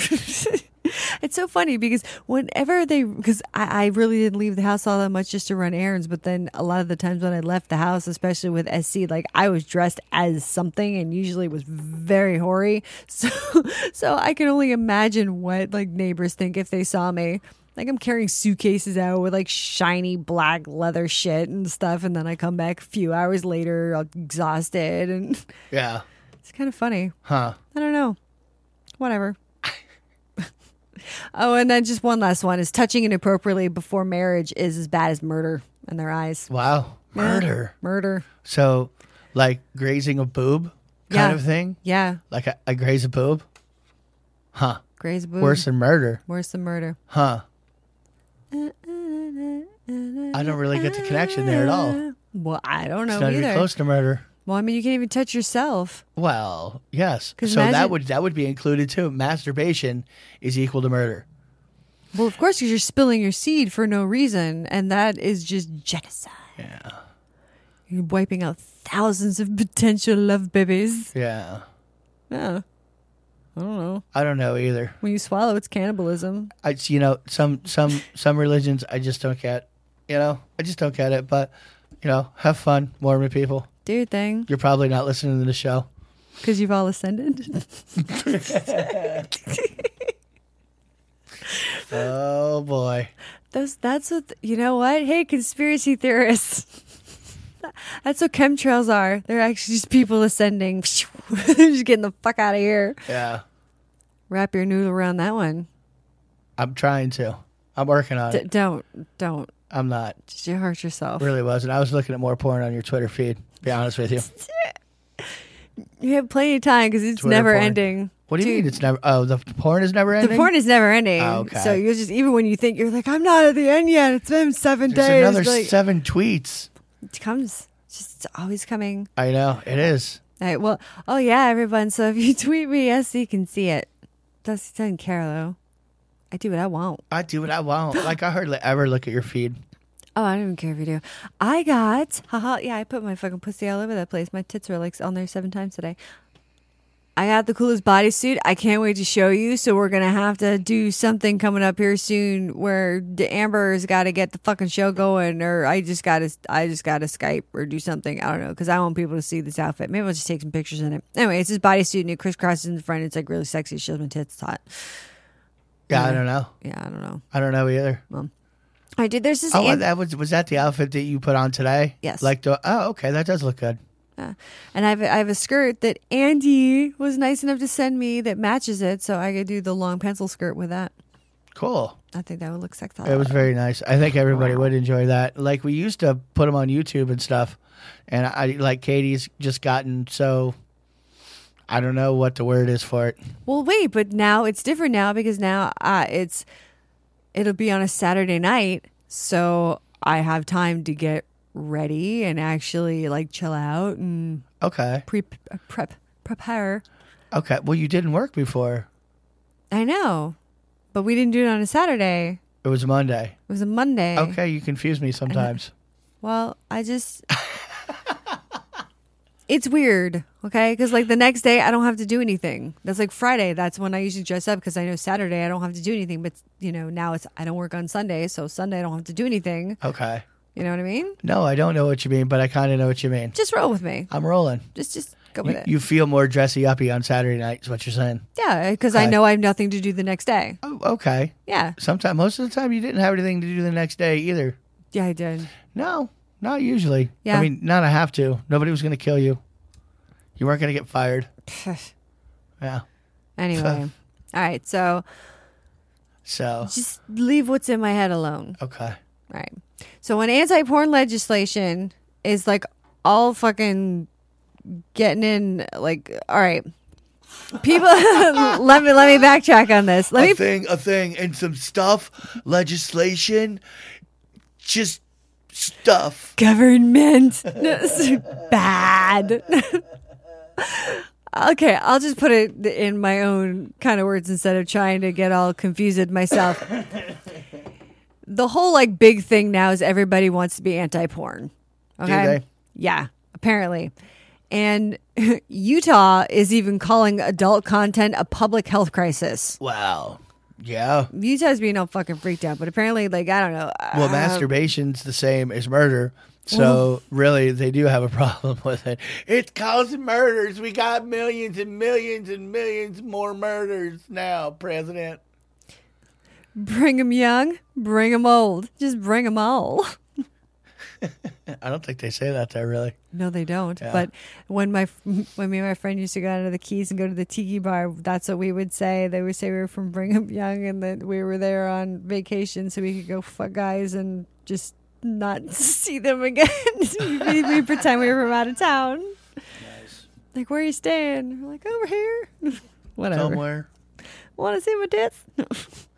[SPEAKER 5] it's so funny because whenever they, because I, I really didn't leave the house all that much just to run errands, but then a lot of the times when I left the house, especially with SC, like I was dressed as something and usually was very hoary. So, so I can only imagine what like neighbors think if they saw me. Like I'm carrying suitcases out with like shiny black leather shit and stuff, and then I come back a few hours later, all exhausted, and
[SPEAKER 1] Yeah,
[SPEAKER 5] it's kind of funny.
[SPEAKER 1] huh?
[SPEAKER 5] I don't know. Whatever. oh, and then just one last one is touching inappropriately before marriage is as bad as murder in their eyes.
[SPEAKER 1] Wow, murder.
[SPEAKER 5] Murder.
[SPEAKER 1] So, like grazing a boob kind
[SPEAKER 5] Yeah.
[SPEAKER 1] of thing.
[SPEAKER 5] Yeah.
[SPEAKER 1] Like I, I graze a boob. Huh?
[SPEAKER 5] Gray's boob.
[SPEAKER 1] Worse than murder.
[SPEAKER 5] Worse than murder.
[SPEAKER 1] Huh? I don't really get the connection there at all.
[SPEAKER 5] Well, I don't
[SPEAKER 1] It's
[SPEAKER 5] know
[SPEAKER 1] not even
[SPEAKER 5] either.
[SPEAKER 1] close to murder.
[SPEAKER 5] Well, I mean, you can't even touch yourself.
[SPEAKER 1] Well, yes. So
[SPEAKER 5] 'Cause
[SPEAKER 1] that
[SPEAKER 5] imagine-
[SPEAKER 1] would that would be included too. Masturbation is equal to murder.
[SPEAKER 5] Well, of course, because you're spilling your seed for no reason, and that is just genocide. Yeah. You're wiping out thousands of potential love babies.
[SPEAKER 1] Yeah.
[SPEAKER 5] Yeah. I don't know.
[SPEAKER 1] I don't know either.
[SPEAKER 5] When you swallow, it's cannibalism.
[SPEAKER 1] I you know some some some religions I just don't get. You know, I just don't get it. But you know, have fun, Mormon people.
[SPEAKER 5] Do your thing
[SPEAKER 1] You're probably not listening to the show.
[SPEAKER 5] because you've all ascended.
[SPEAKER 1] Oh boy,
[SPEAKER 5] Those. That's what. You know what? Hey, conspiracy theorists. That's what chemtrails are. They're actually just people ascending. just getting the fuck out of here.
[SPEAKER 1] yeah,
[SPEAKER 5] Wrap your noodle around that one.
[SPEAKER 1] I'm trying to. I'm working on
[SPEAKER 5] D-
[SPEAKER 1] it.
[SPEAKER 5] don't. Don't.
[SPEAKER 1] I'm not.
[SPEAKER 5] Just you hurt yourself.
[SPEAKER 1] Really wasn't. I was looking at more porn on your Twitter feed. to Be honest with you.
[SPEAKER 5] You have plenty of time because it's
[SPEAKER 1] Twitter
[SPEAKER 5] never
[SPEAKER 1] porn.
[SPEAKER 5] ending.
[SPEAKER 1] What do you
[SPEAKER 5] Dude,
[SPEAKER 1] mean it's never? Oh, the porn is never
[SPEAKER 5] The
[SPEAKER 1] ending.
[SPEAKER 5] porn is never ending.
[SPEAKER 1] Oh, okay.
[SPEAKER 5] So you just even when you think you're like, I'm not at the end yet. It's been seven
[SPEAKER 1] There's
[SPEAKER 5] days.
[SPEAKER 1] another
[SPEAKER 5] like,
[SPEAKER 1] seven tweets.
[SPEAKER 5] it comes. It's Just it's always coming.
[SPEAKER 1] I know it is.
[SPEAKER 5] All right. Well. Oh yeah, everyone. So if you tweet me, yes, you can see it. Dusty doesn't care though. I do what I want.
[SPEAKER 1] I do what I want. Like I hardly ever look at your feed.
[SPEAKER 5] Oh, I don't even care if you do. I got, haha, yeah, I put my fucking pussy all over that place. My tits were like on there seven times today. I got the coolest bodysuit. I can't wait to show you. So we're gonna have to do something coming up here soon where the Amber's got to get the fucking show going, or I just gotta, I just gotta Skype or do something. I don't know because I want people to see this outfit. Maybe I'll just take some pictures in it. Anyway, it's this bodysuit and it crisscrosses in the front. It's like really sexy. It Shows my tits. It's hot.
[SPEAKER 1] Yeah, I don't know.
[SPEAKER 5] Yeah, I don't know.
[SPEAKER 1] I don't know either.
[SPEAKER 5] I did. There's this.
[SPEAKER 1] Oh,
[SPEAKER 5] Am-
[SPEAKER 1] that was was that the outfit that you put on today?
[SPEAKER 5] Yes.
[SPEAKER 1] Like the oh, okay, that does look good.
[SPEAKER 5] And I have, I have a skirt that Andy was nice enough to send me that matches it, so I could do the long pencil skirt with that.
[SPEAKER 1] Cool.
[SPEAKER 5] I think that would look sexy.
[SPEAKER 1] It was very nice. I think everybody would enjoy that. Like we used to put them on YouTube and stuff, and I like Katie's just gotten so. I don't know what the word is for it.
[SPEAKER 5] well, wait, but now it's different now because now uh, it's it'll be on a Saturday night, so I have time to get ready and actually like chill out and
[SPEAKER 1] Okay.
[SPEAKER 5] pre prep prepare.
[SPEAKER 1] Okay. Well, you didn't work before.
[SPEAKER 5] I know, but we didn't do it on a Saturday.
[SPEAKER 1] It was Monday.
[SPEAKER 5] It was a Monday.
[SPEAKER 1] Okay, you confuse me sometimes.
[SPEAKER 5] Well, I just. it's weird, okay? Because, like, the next day I don't have to do anything. That's like Friday. That's when I usually dress up because I know Saturday I don't have to do anything. But, you know, now it's I don't work on Sunday. So Sunday I don't have to do anything.
[SPEAKER 1] Okay.
[SPEAKER 5] You know what I mean?
[SPEAKER 1] No, I don't know what you mean, but I kind of know what you mean.
[SPEAKER 5] Just roll with me.
[SPEAKER 1] I'm rolling.
[SPEAKER 5] Just, just go with
[SPEAKER 1] You,
[SPEAKER 5] it.
[SPEAKER 1] you feel more dressy uppy on Saturday night, is what you're saying.
[SPEAKER 5] yeah, because I
[SPEAKER 1] Okay.
[SPEAKER 5] know I have nothing to do the next day.
[SPEAKER 1] Oh, okay.
[SPEAKER 5] Yeah.
[SPEAKER 1] Sometimes, most of the time, you didn't have anything to do the next day either.
[SPEAKER 5] Yeah, I did.
[SPEAKER 1] No, not usually.
[SPEAKER 5] Yeah.
[SPEAKER 1] I mean, not I have to. Nobody was going to kill you. You weren't going to get fired. Yeah.
[SPEAKER 5] anyway. All right. So
[SPEAKER 1] So,
[SPEAKER 5] just leave what's in my head alone.
[SPEAKER 1] okay.
[SPEAKER 5] Right. So when anti porn legislation is like all fucking getting in, like, all right, people, let me let me backtrack on this. Let me
[SPEAKER 1] thing, a thing, and some stuff, legislation, just stuff.
[SPEAKER 5] government No, it's bad. okay, I'll just put it in my own kind of words instead of trying to get all confused myself. the whole like big thing now is everybody wants to be anti-porn. Okay?
[SPEAKER 1] they?
[SPEAKER 5] Yeah, apparently. And Utah is even calling adult content a public health crisis.
[SPEAKER 1] Wow. Yeah.
[SPEAKER 5] Utah's being all fucking freaked out, but apparently, like, I don't know.
[SPEAKER 1] Well,
[SPEAKER 5] uh,
[SPEAKER 1] masturbation's the same as murder. So really, they do have a problem with it. It's causing murders. We got millions and millions and millions more murders now, President.
[SPEAKER 5] Bring 'em young, bring 'em old. Just bring 'em all.
[SPEAKER 1] I don't think they say that there, really.
[SPEAKER 5] No, they don't. But when my when me and my friend used to go out to the Keys and go to the tiki bar, that's what we would say. They would say we were from Brigham Young and that we were there on vacation, so we could go fuck guys and just not see them again. we, we pretend we were from out of town. Like where are you staying? We're like over here. Whatever.
[SPEAKER 1] Somewhere.
[SPEAKER 5] Want to see my tits?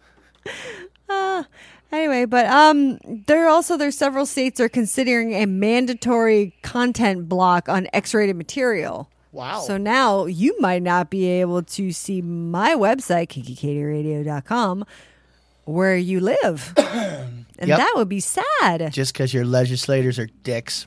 [SPEAKER 5] uh, anyway, but um, there are also there's several states are considering a mandatory content block on X-rated material.
[SPEAKER 1] Wow.
[SPEAKER 5] So now you might not be able to see my website, kinkykatieradio.com, where you live. and
[SPEAKER 1] Yep.
[SPEAKER 5] that would be sad.
[SPEAKER 1] Just because your legislators are dicks.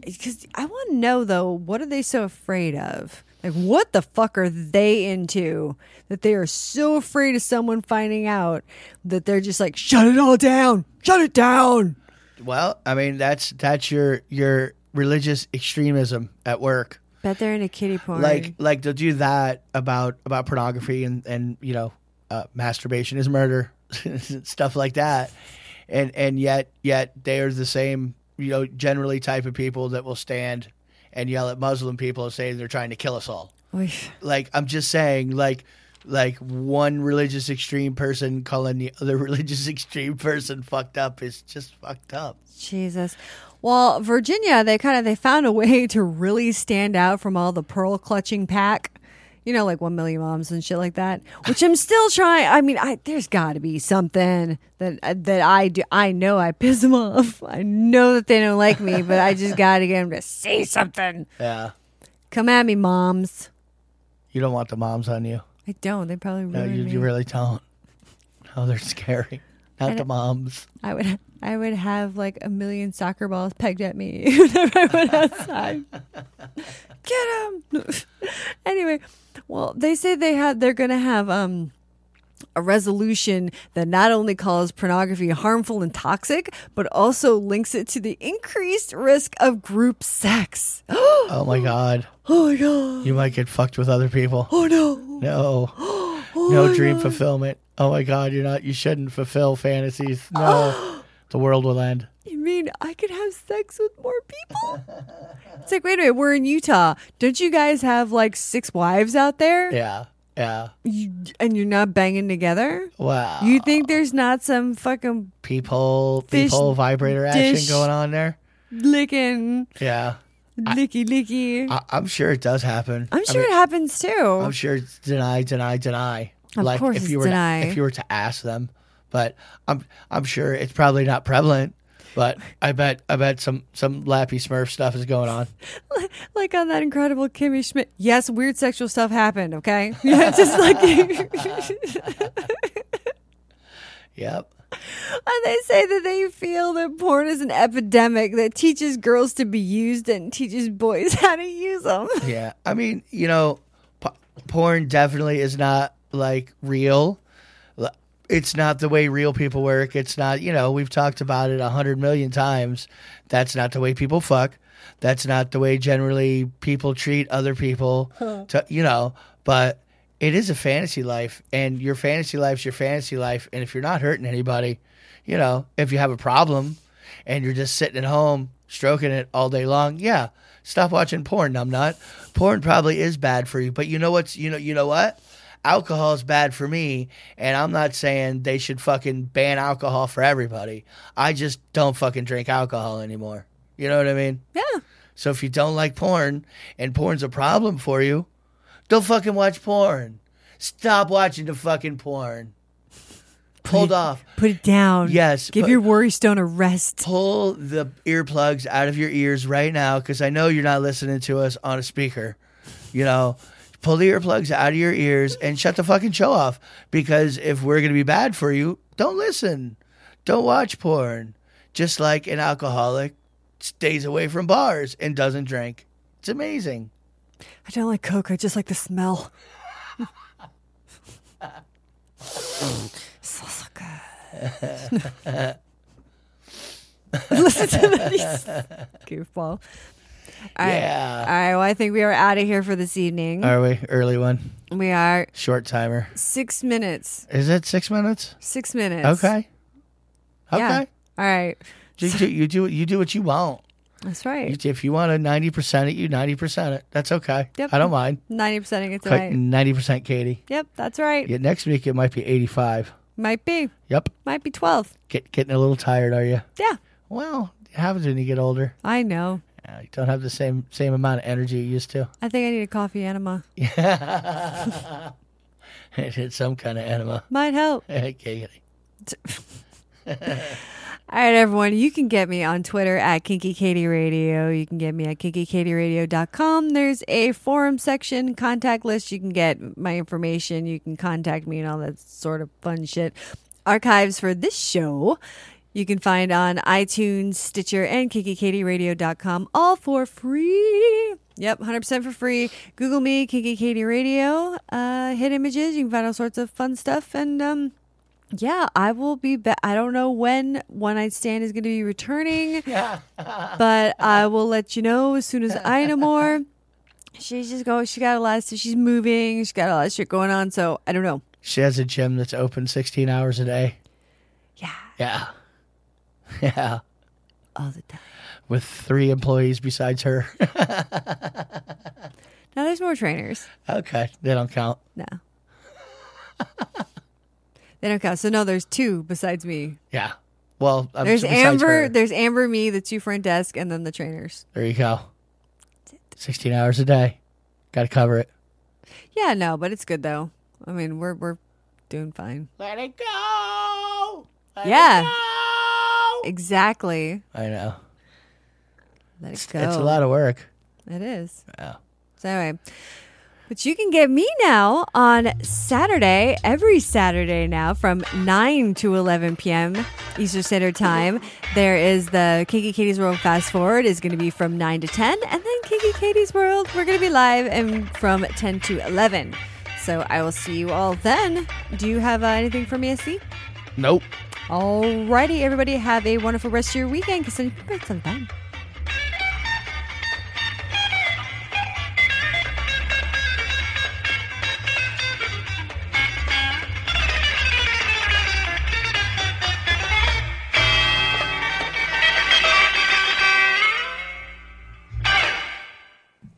[SPEAKER 5] Because I want to know, though, what are they so afraid of? Like, what the fuck are they into that they are so afraid of someone finding out that they're just like, shut it all down, shut it down.
[SPEAKER 1] Well, I mean that's that's your your religious extremism at work.
[SPEAKER 5] Bet they're in a kitty porn.
[SPEAKER 1] Like like they'll do that about about pornography and and you know uh, masturbation is murder stuff like that, and and yet yet they are the same you know generally type of people that will stand and yell at Muslim people and say they're trying to kill us all.
[SPEAKER 5] Oof.
[SPEAKER 1] Like I'm just saying like. Like one religious extreme person calling the other religious extreme person fucked up is just fucked up.
[SPEAKER 5] Jesus. Well, Virginia, they kind of they found a way to really stand out from all the pearl clutching pack. You know, like one million moms and shit like that. Which I'm still trying. I mean, I there's got to be something that uh, that I do. I know I piss them off. I know that they don't like me, but I just got to get them to say something.
[SPEAKER 1] Yeah,
[SPEAKER 5] Come at me, moms.
[SPEAKER 1] you don't want the moms on you.
[SPEAKER 5] I don't. They probably
[SPEAKER 1] No,
[SPEAKER 5] ruin
[SPEAKER 1] you,
[SPEAKER 5] me.
[SPEAKER 1] you really don't. Oh, they're scary. Not the moms.
[SPEAKER 5] I would I would have like a million soccer balls pegged at me whenever I went outside. Get him. anyway, well, they say they had they're going to have um a resolution that not only calls pornography harmful and toxic, but also links it to the increased risk of group sex. oh
[SPEAKER 1] Oh my god,
[SPEAKER 5] my god.
[SPEAKER 1] you might get fucked with other people.
[SPEAKER 5] Oh no.
[SPEAKER 1] No,
[SPEAKER 5] Oh
[SPEAKER 1] no
[SPEAKER 5] my
[SPEAKER 1] dream
[SPEAKER 5] God.
[SPEAKER 1] fulfillment. Oh my god, you're not. You shouldn't fulfill fantasies. No, the world will end.
[SPEAKER 5] You mean I could have sex with more people? it's like, wait a minute, we're in Utah. Don't you guys have like six wives out there?
[SPEAKER 1] Yeah, yeah.
[SPEAKER 5] You, and you're not banging together?
[SPEAKER 1] Wow.
[SPEAKER 5] You think there's not some fucking
[SPEAKER 1] peephole,
[SPEAKER 5] Fish
[SPEAKER 1] peephole vibrator
[SPEAKER 5] dish.
[SPEAKER 1] action going on there?
[SPEAKER 5] licking,
[SPEAKER 1] Yeah,
[SPEAKER 5] licky, licky?
[SPEAKER 1] I, I'm sure it does happen.
[SPEAKER 5] I'm
[SPEAKER 1] I
[SPEAKER 5] sure
[SPEAKER 1] mean,
[SPEAKER 5] it happens too.
[SPEAKER 1] I'm sure it's deny, deny, deny.
[SPEAKER 5] Of
[SPEAKER 1] like
[SPEAKER 5] course
[SPEAKER 1] if
[SPEAKER 5] it's
[SPEAKER 1] you were
[SPEAKER 5] deny.
[SPEAKER 1] To, if you were to ask them, but I'm I'm sure it's probably not prevalent. But I bet I bet some some lappy Smurf stuff is going on.
[SPEAKER 5] like on that incredible Kimmy Schmidt. Yes, weird sexual stuff happened, okay? Yeah, just like.
[SPEAKER 1] Yep.
[SPEAKER 5] And they say that they feel that porn is an epidemic that teaches girls to be used and teaches boys how to use them.
[SPEAKER 1] Yeah. I mean, you know, p- porn definitely is not like real. L- It's not the way real people work. It's not, you know, we've talked about it a hundred million times. That's not the way people fuck. That's not the way generally people treat other people. To, you know, but it is a fantasy life, and your fantasy life's your fantasy life. And if you're not hurting anybody, you know, if you have a problem and you're just sitting at home stroking it all day long, yeah, stop watching porn. I'm not. Porn probably is bad for you, but you know what's you know you know what? Alcohol is bad for me, and I'm not saying they should fucking ban alcohol for everybody. I just don't fucking drink alcohol anymore. You know what I mean?
[SPEAKER 5] Yeah.
[SPEAKER 1] So if you don't like porn and porn's a problem for you, don't fucking watch porn. Stop watching the fucking porn. Hold off.
[SPEAKER 5] Put it down.
[SPEAKER 1] Yes,
[SPEAKER 5] Give
[SPEAKER 1] but-
[SPEAKER 5] your worry stone a rest.
[SPEAKER 1] Pull the earplugs out of your ears right now because I know you're not listening to us on a speaker. You know, pull the earplugs out of your ears and shut the fucking show off because if we're going to be bad for you, don't listen. Don't watch porn. Just like an alcoholic stays away from bars and doesn't drink. It's amazing.
[SPEAKER 5] I don't like Coke. I just like the smell. Smells so good. Listen to these goofball. All right.
[SPEAKER 1] Yeah.
[SPEAKER 5] All right. Well, I think we are out of here for this evening.
[SPEAKER 1] Are we? Early one.
[SPEAKER 5] We are
[SPEAKER 1] Short timer.
[SPEAKER 5] six minutes.
[SPEAKER 1] Is it six minutes?
[SPEAKER 5] Six minutes.
[SPEAKER 1] Okay. Okay.
[SPEAKER 5] Yeah. All right.
[SPEAKER 1] You, do, you do you do what you want.
[SPEAKER 5] That's right.
[SPEAKER 1] If you want to ninety percent it, you ninety percent it. That's okay.
[SPEAKER 5] Yep.
[SPEAKER 1] I don't mind.
[SPEAKER 5] Ninety percent it tonight.
[SPEAKER 1] Ninety percent, Katie.
[SPEAKER 5] Yep, that's right.
[SPEAKER 1] Yeah, next week it might be eighty-five.
[SPEAKER 5] Might be.
[SPEAKER 1] Yep.
[SPEAKER 5] Might be twelve.
[SPEAKER 1] Get getting a little tired, are you?
[SPEAKER 5] Yeah.
[SPEAKER 1] Well, it happens when you get older.
[SPEAKER 5] I know.
[SPEAKER 1] Yeah, You don't have the same same amount of energy you used to.
[SPEAKER 5] I think I need a coffee enema.
[SPEAKER 1] it's some kind of enema.
[SPEAKER 5] Might help.
[SPEAKER 1] Katie.
[SPEAKER 5] All right, everyone. You can get me on Twitter at Kinky Katie Radio. You can get me at kinkykatieradio.com. There's a forum section, contact list. You can get my information. You can contact me and all that sort of fun shit. Archives for this show you can find on iTunes, Stitcher, and kinkykatieradio.com, all for free. Yep, 100% for free. Google me, Kinky Katie Radio, uh, hit images. You can find all sorts of fun stuff. And um, yeah, I will be back. I don't know when One Night Stand is going to be returning, but I will let you know as soon as I know more. She's just going, she got a lot of stuff. She's moving. She's got a lot of shit going on. So I don't know.
[SPEAKER 1] She has a gym that's open 16 hours a day.
[SPEAKER 5] Yeah.
[SPEAKER 1] Yeah. Yeah.
[SPEAKER 5] All the time.
[SPEAKER 1] With three employees besides her.
[SPEAKER 5] Now there's more trainers.
[SPEAKER 1] okay. They don't count.
[SPEAKER 5] No. they don't count. So no, there's two besides me.
[SPEAKER 1] Yeah. Well, I'm
[SPEAKER 5] There's
[SPEAKER 1] besides
[SPEAKER 5] Amber,
[SPEAKER 1] her.
[SPEAKER 5] there's Amber, me, the two front desk, and then the trainers.
[SPEAKER 1] There you go. 16 hours a day. Got to cover it.
[SPEAKER 5] Yeah, no, but it's good though. I mean, we're we're doing fine.
[SPEAKER 1] Let it go.
[SPEAKER 5] yeah. Exactly.
[SPEAKER 1] I know.
[SPEAKER 5] Let it go.
[SPEAKER 1] It's a lot of work.
[SPEAKER 5] It is.
[SPEAKER 1] Yeah.
[SPEAKER 5] So anyway, but you can get me now on Saturday, every Saturday now from 9 to 11 p.m. Eastern Standard Time. There is the Kinky Katie's World Fast Forward is going to be from 9 to 10. And then Kinky Katie's World, we're going to be live and from 10 to 11. So I will see you all then. Do you have uh, anything for me, SC?
[SPEAKER 1] Nope.
[SPEAKER 5] Alrighty, everybody. Have a wonderful rest of your weekend. Because then you've got some fun.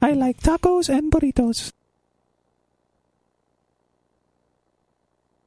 [SPEAKER 11] I like tacos and burritos.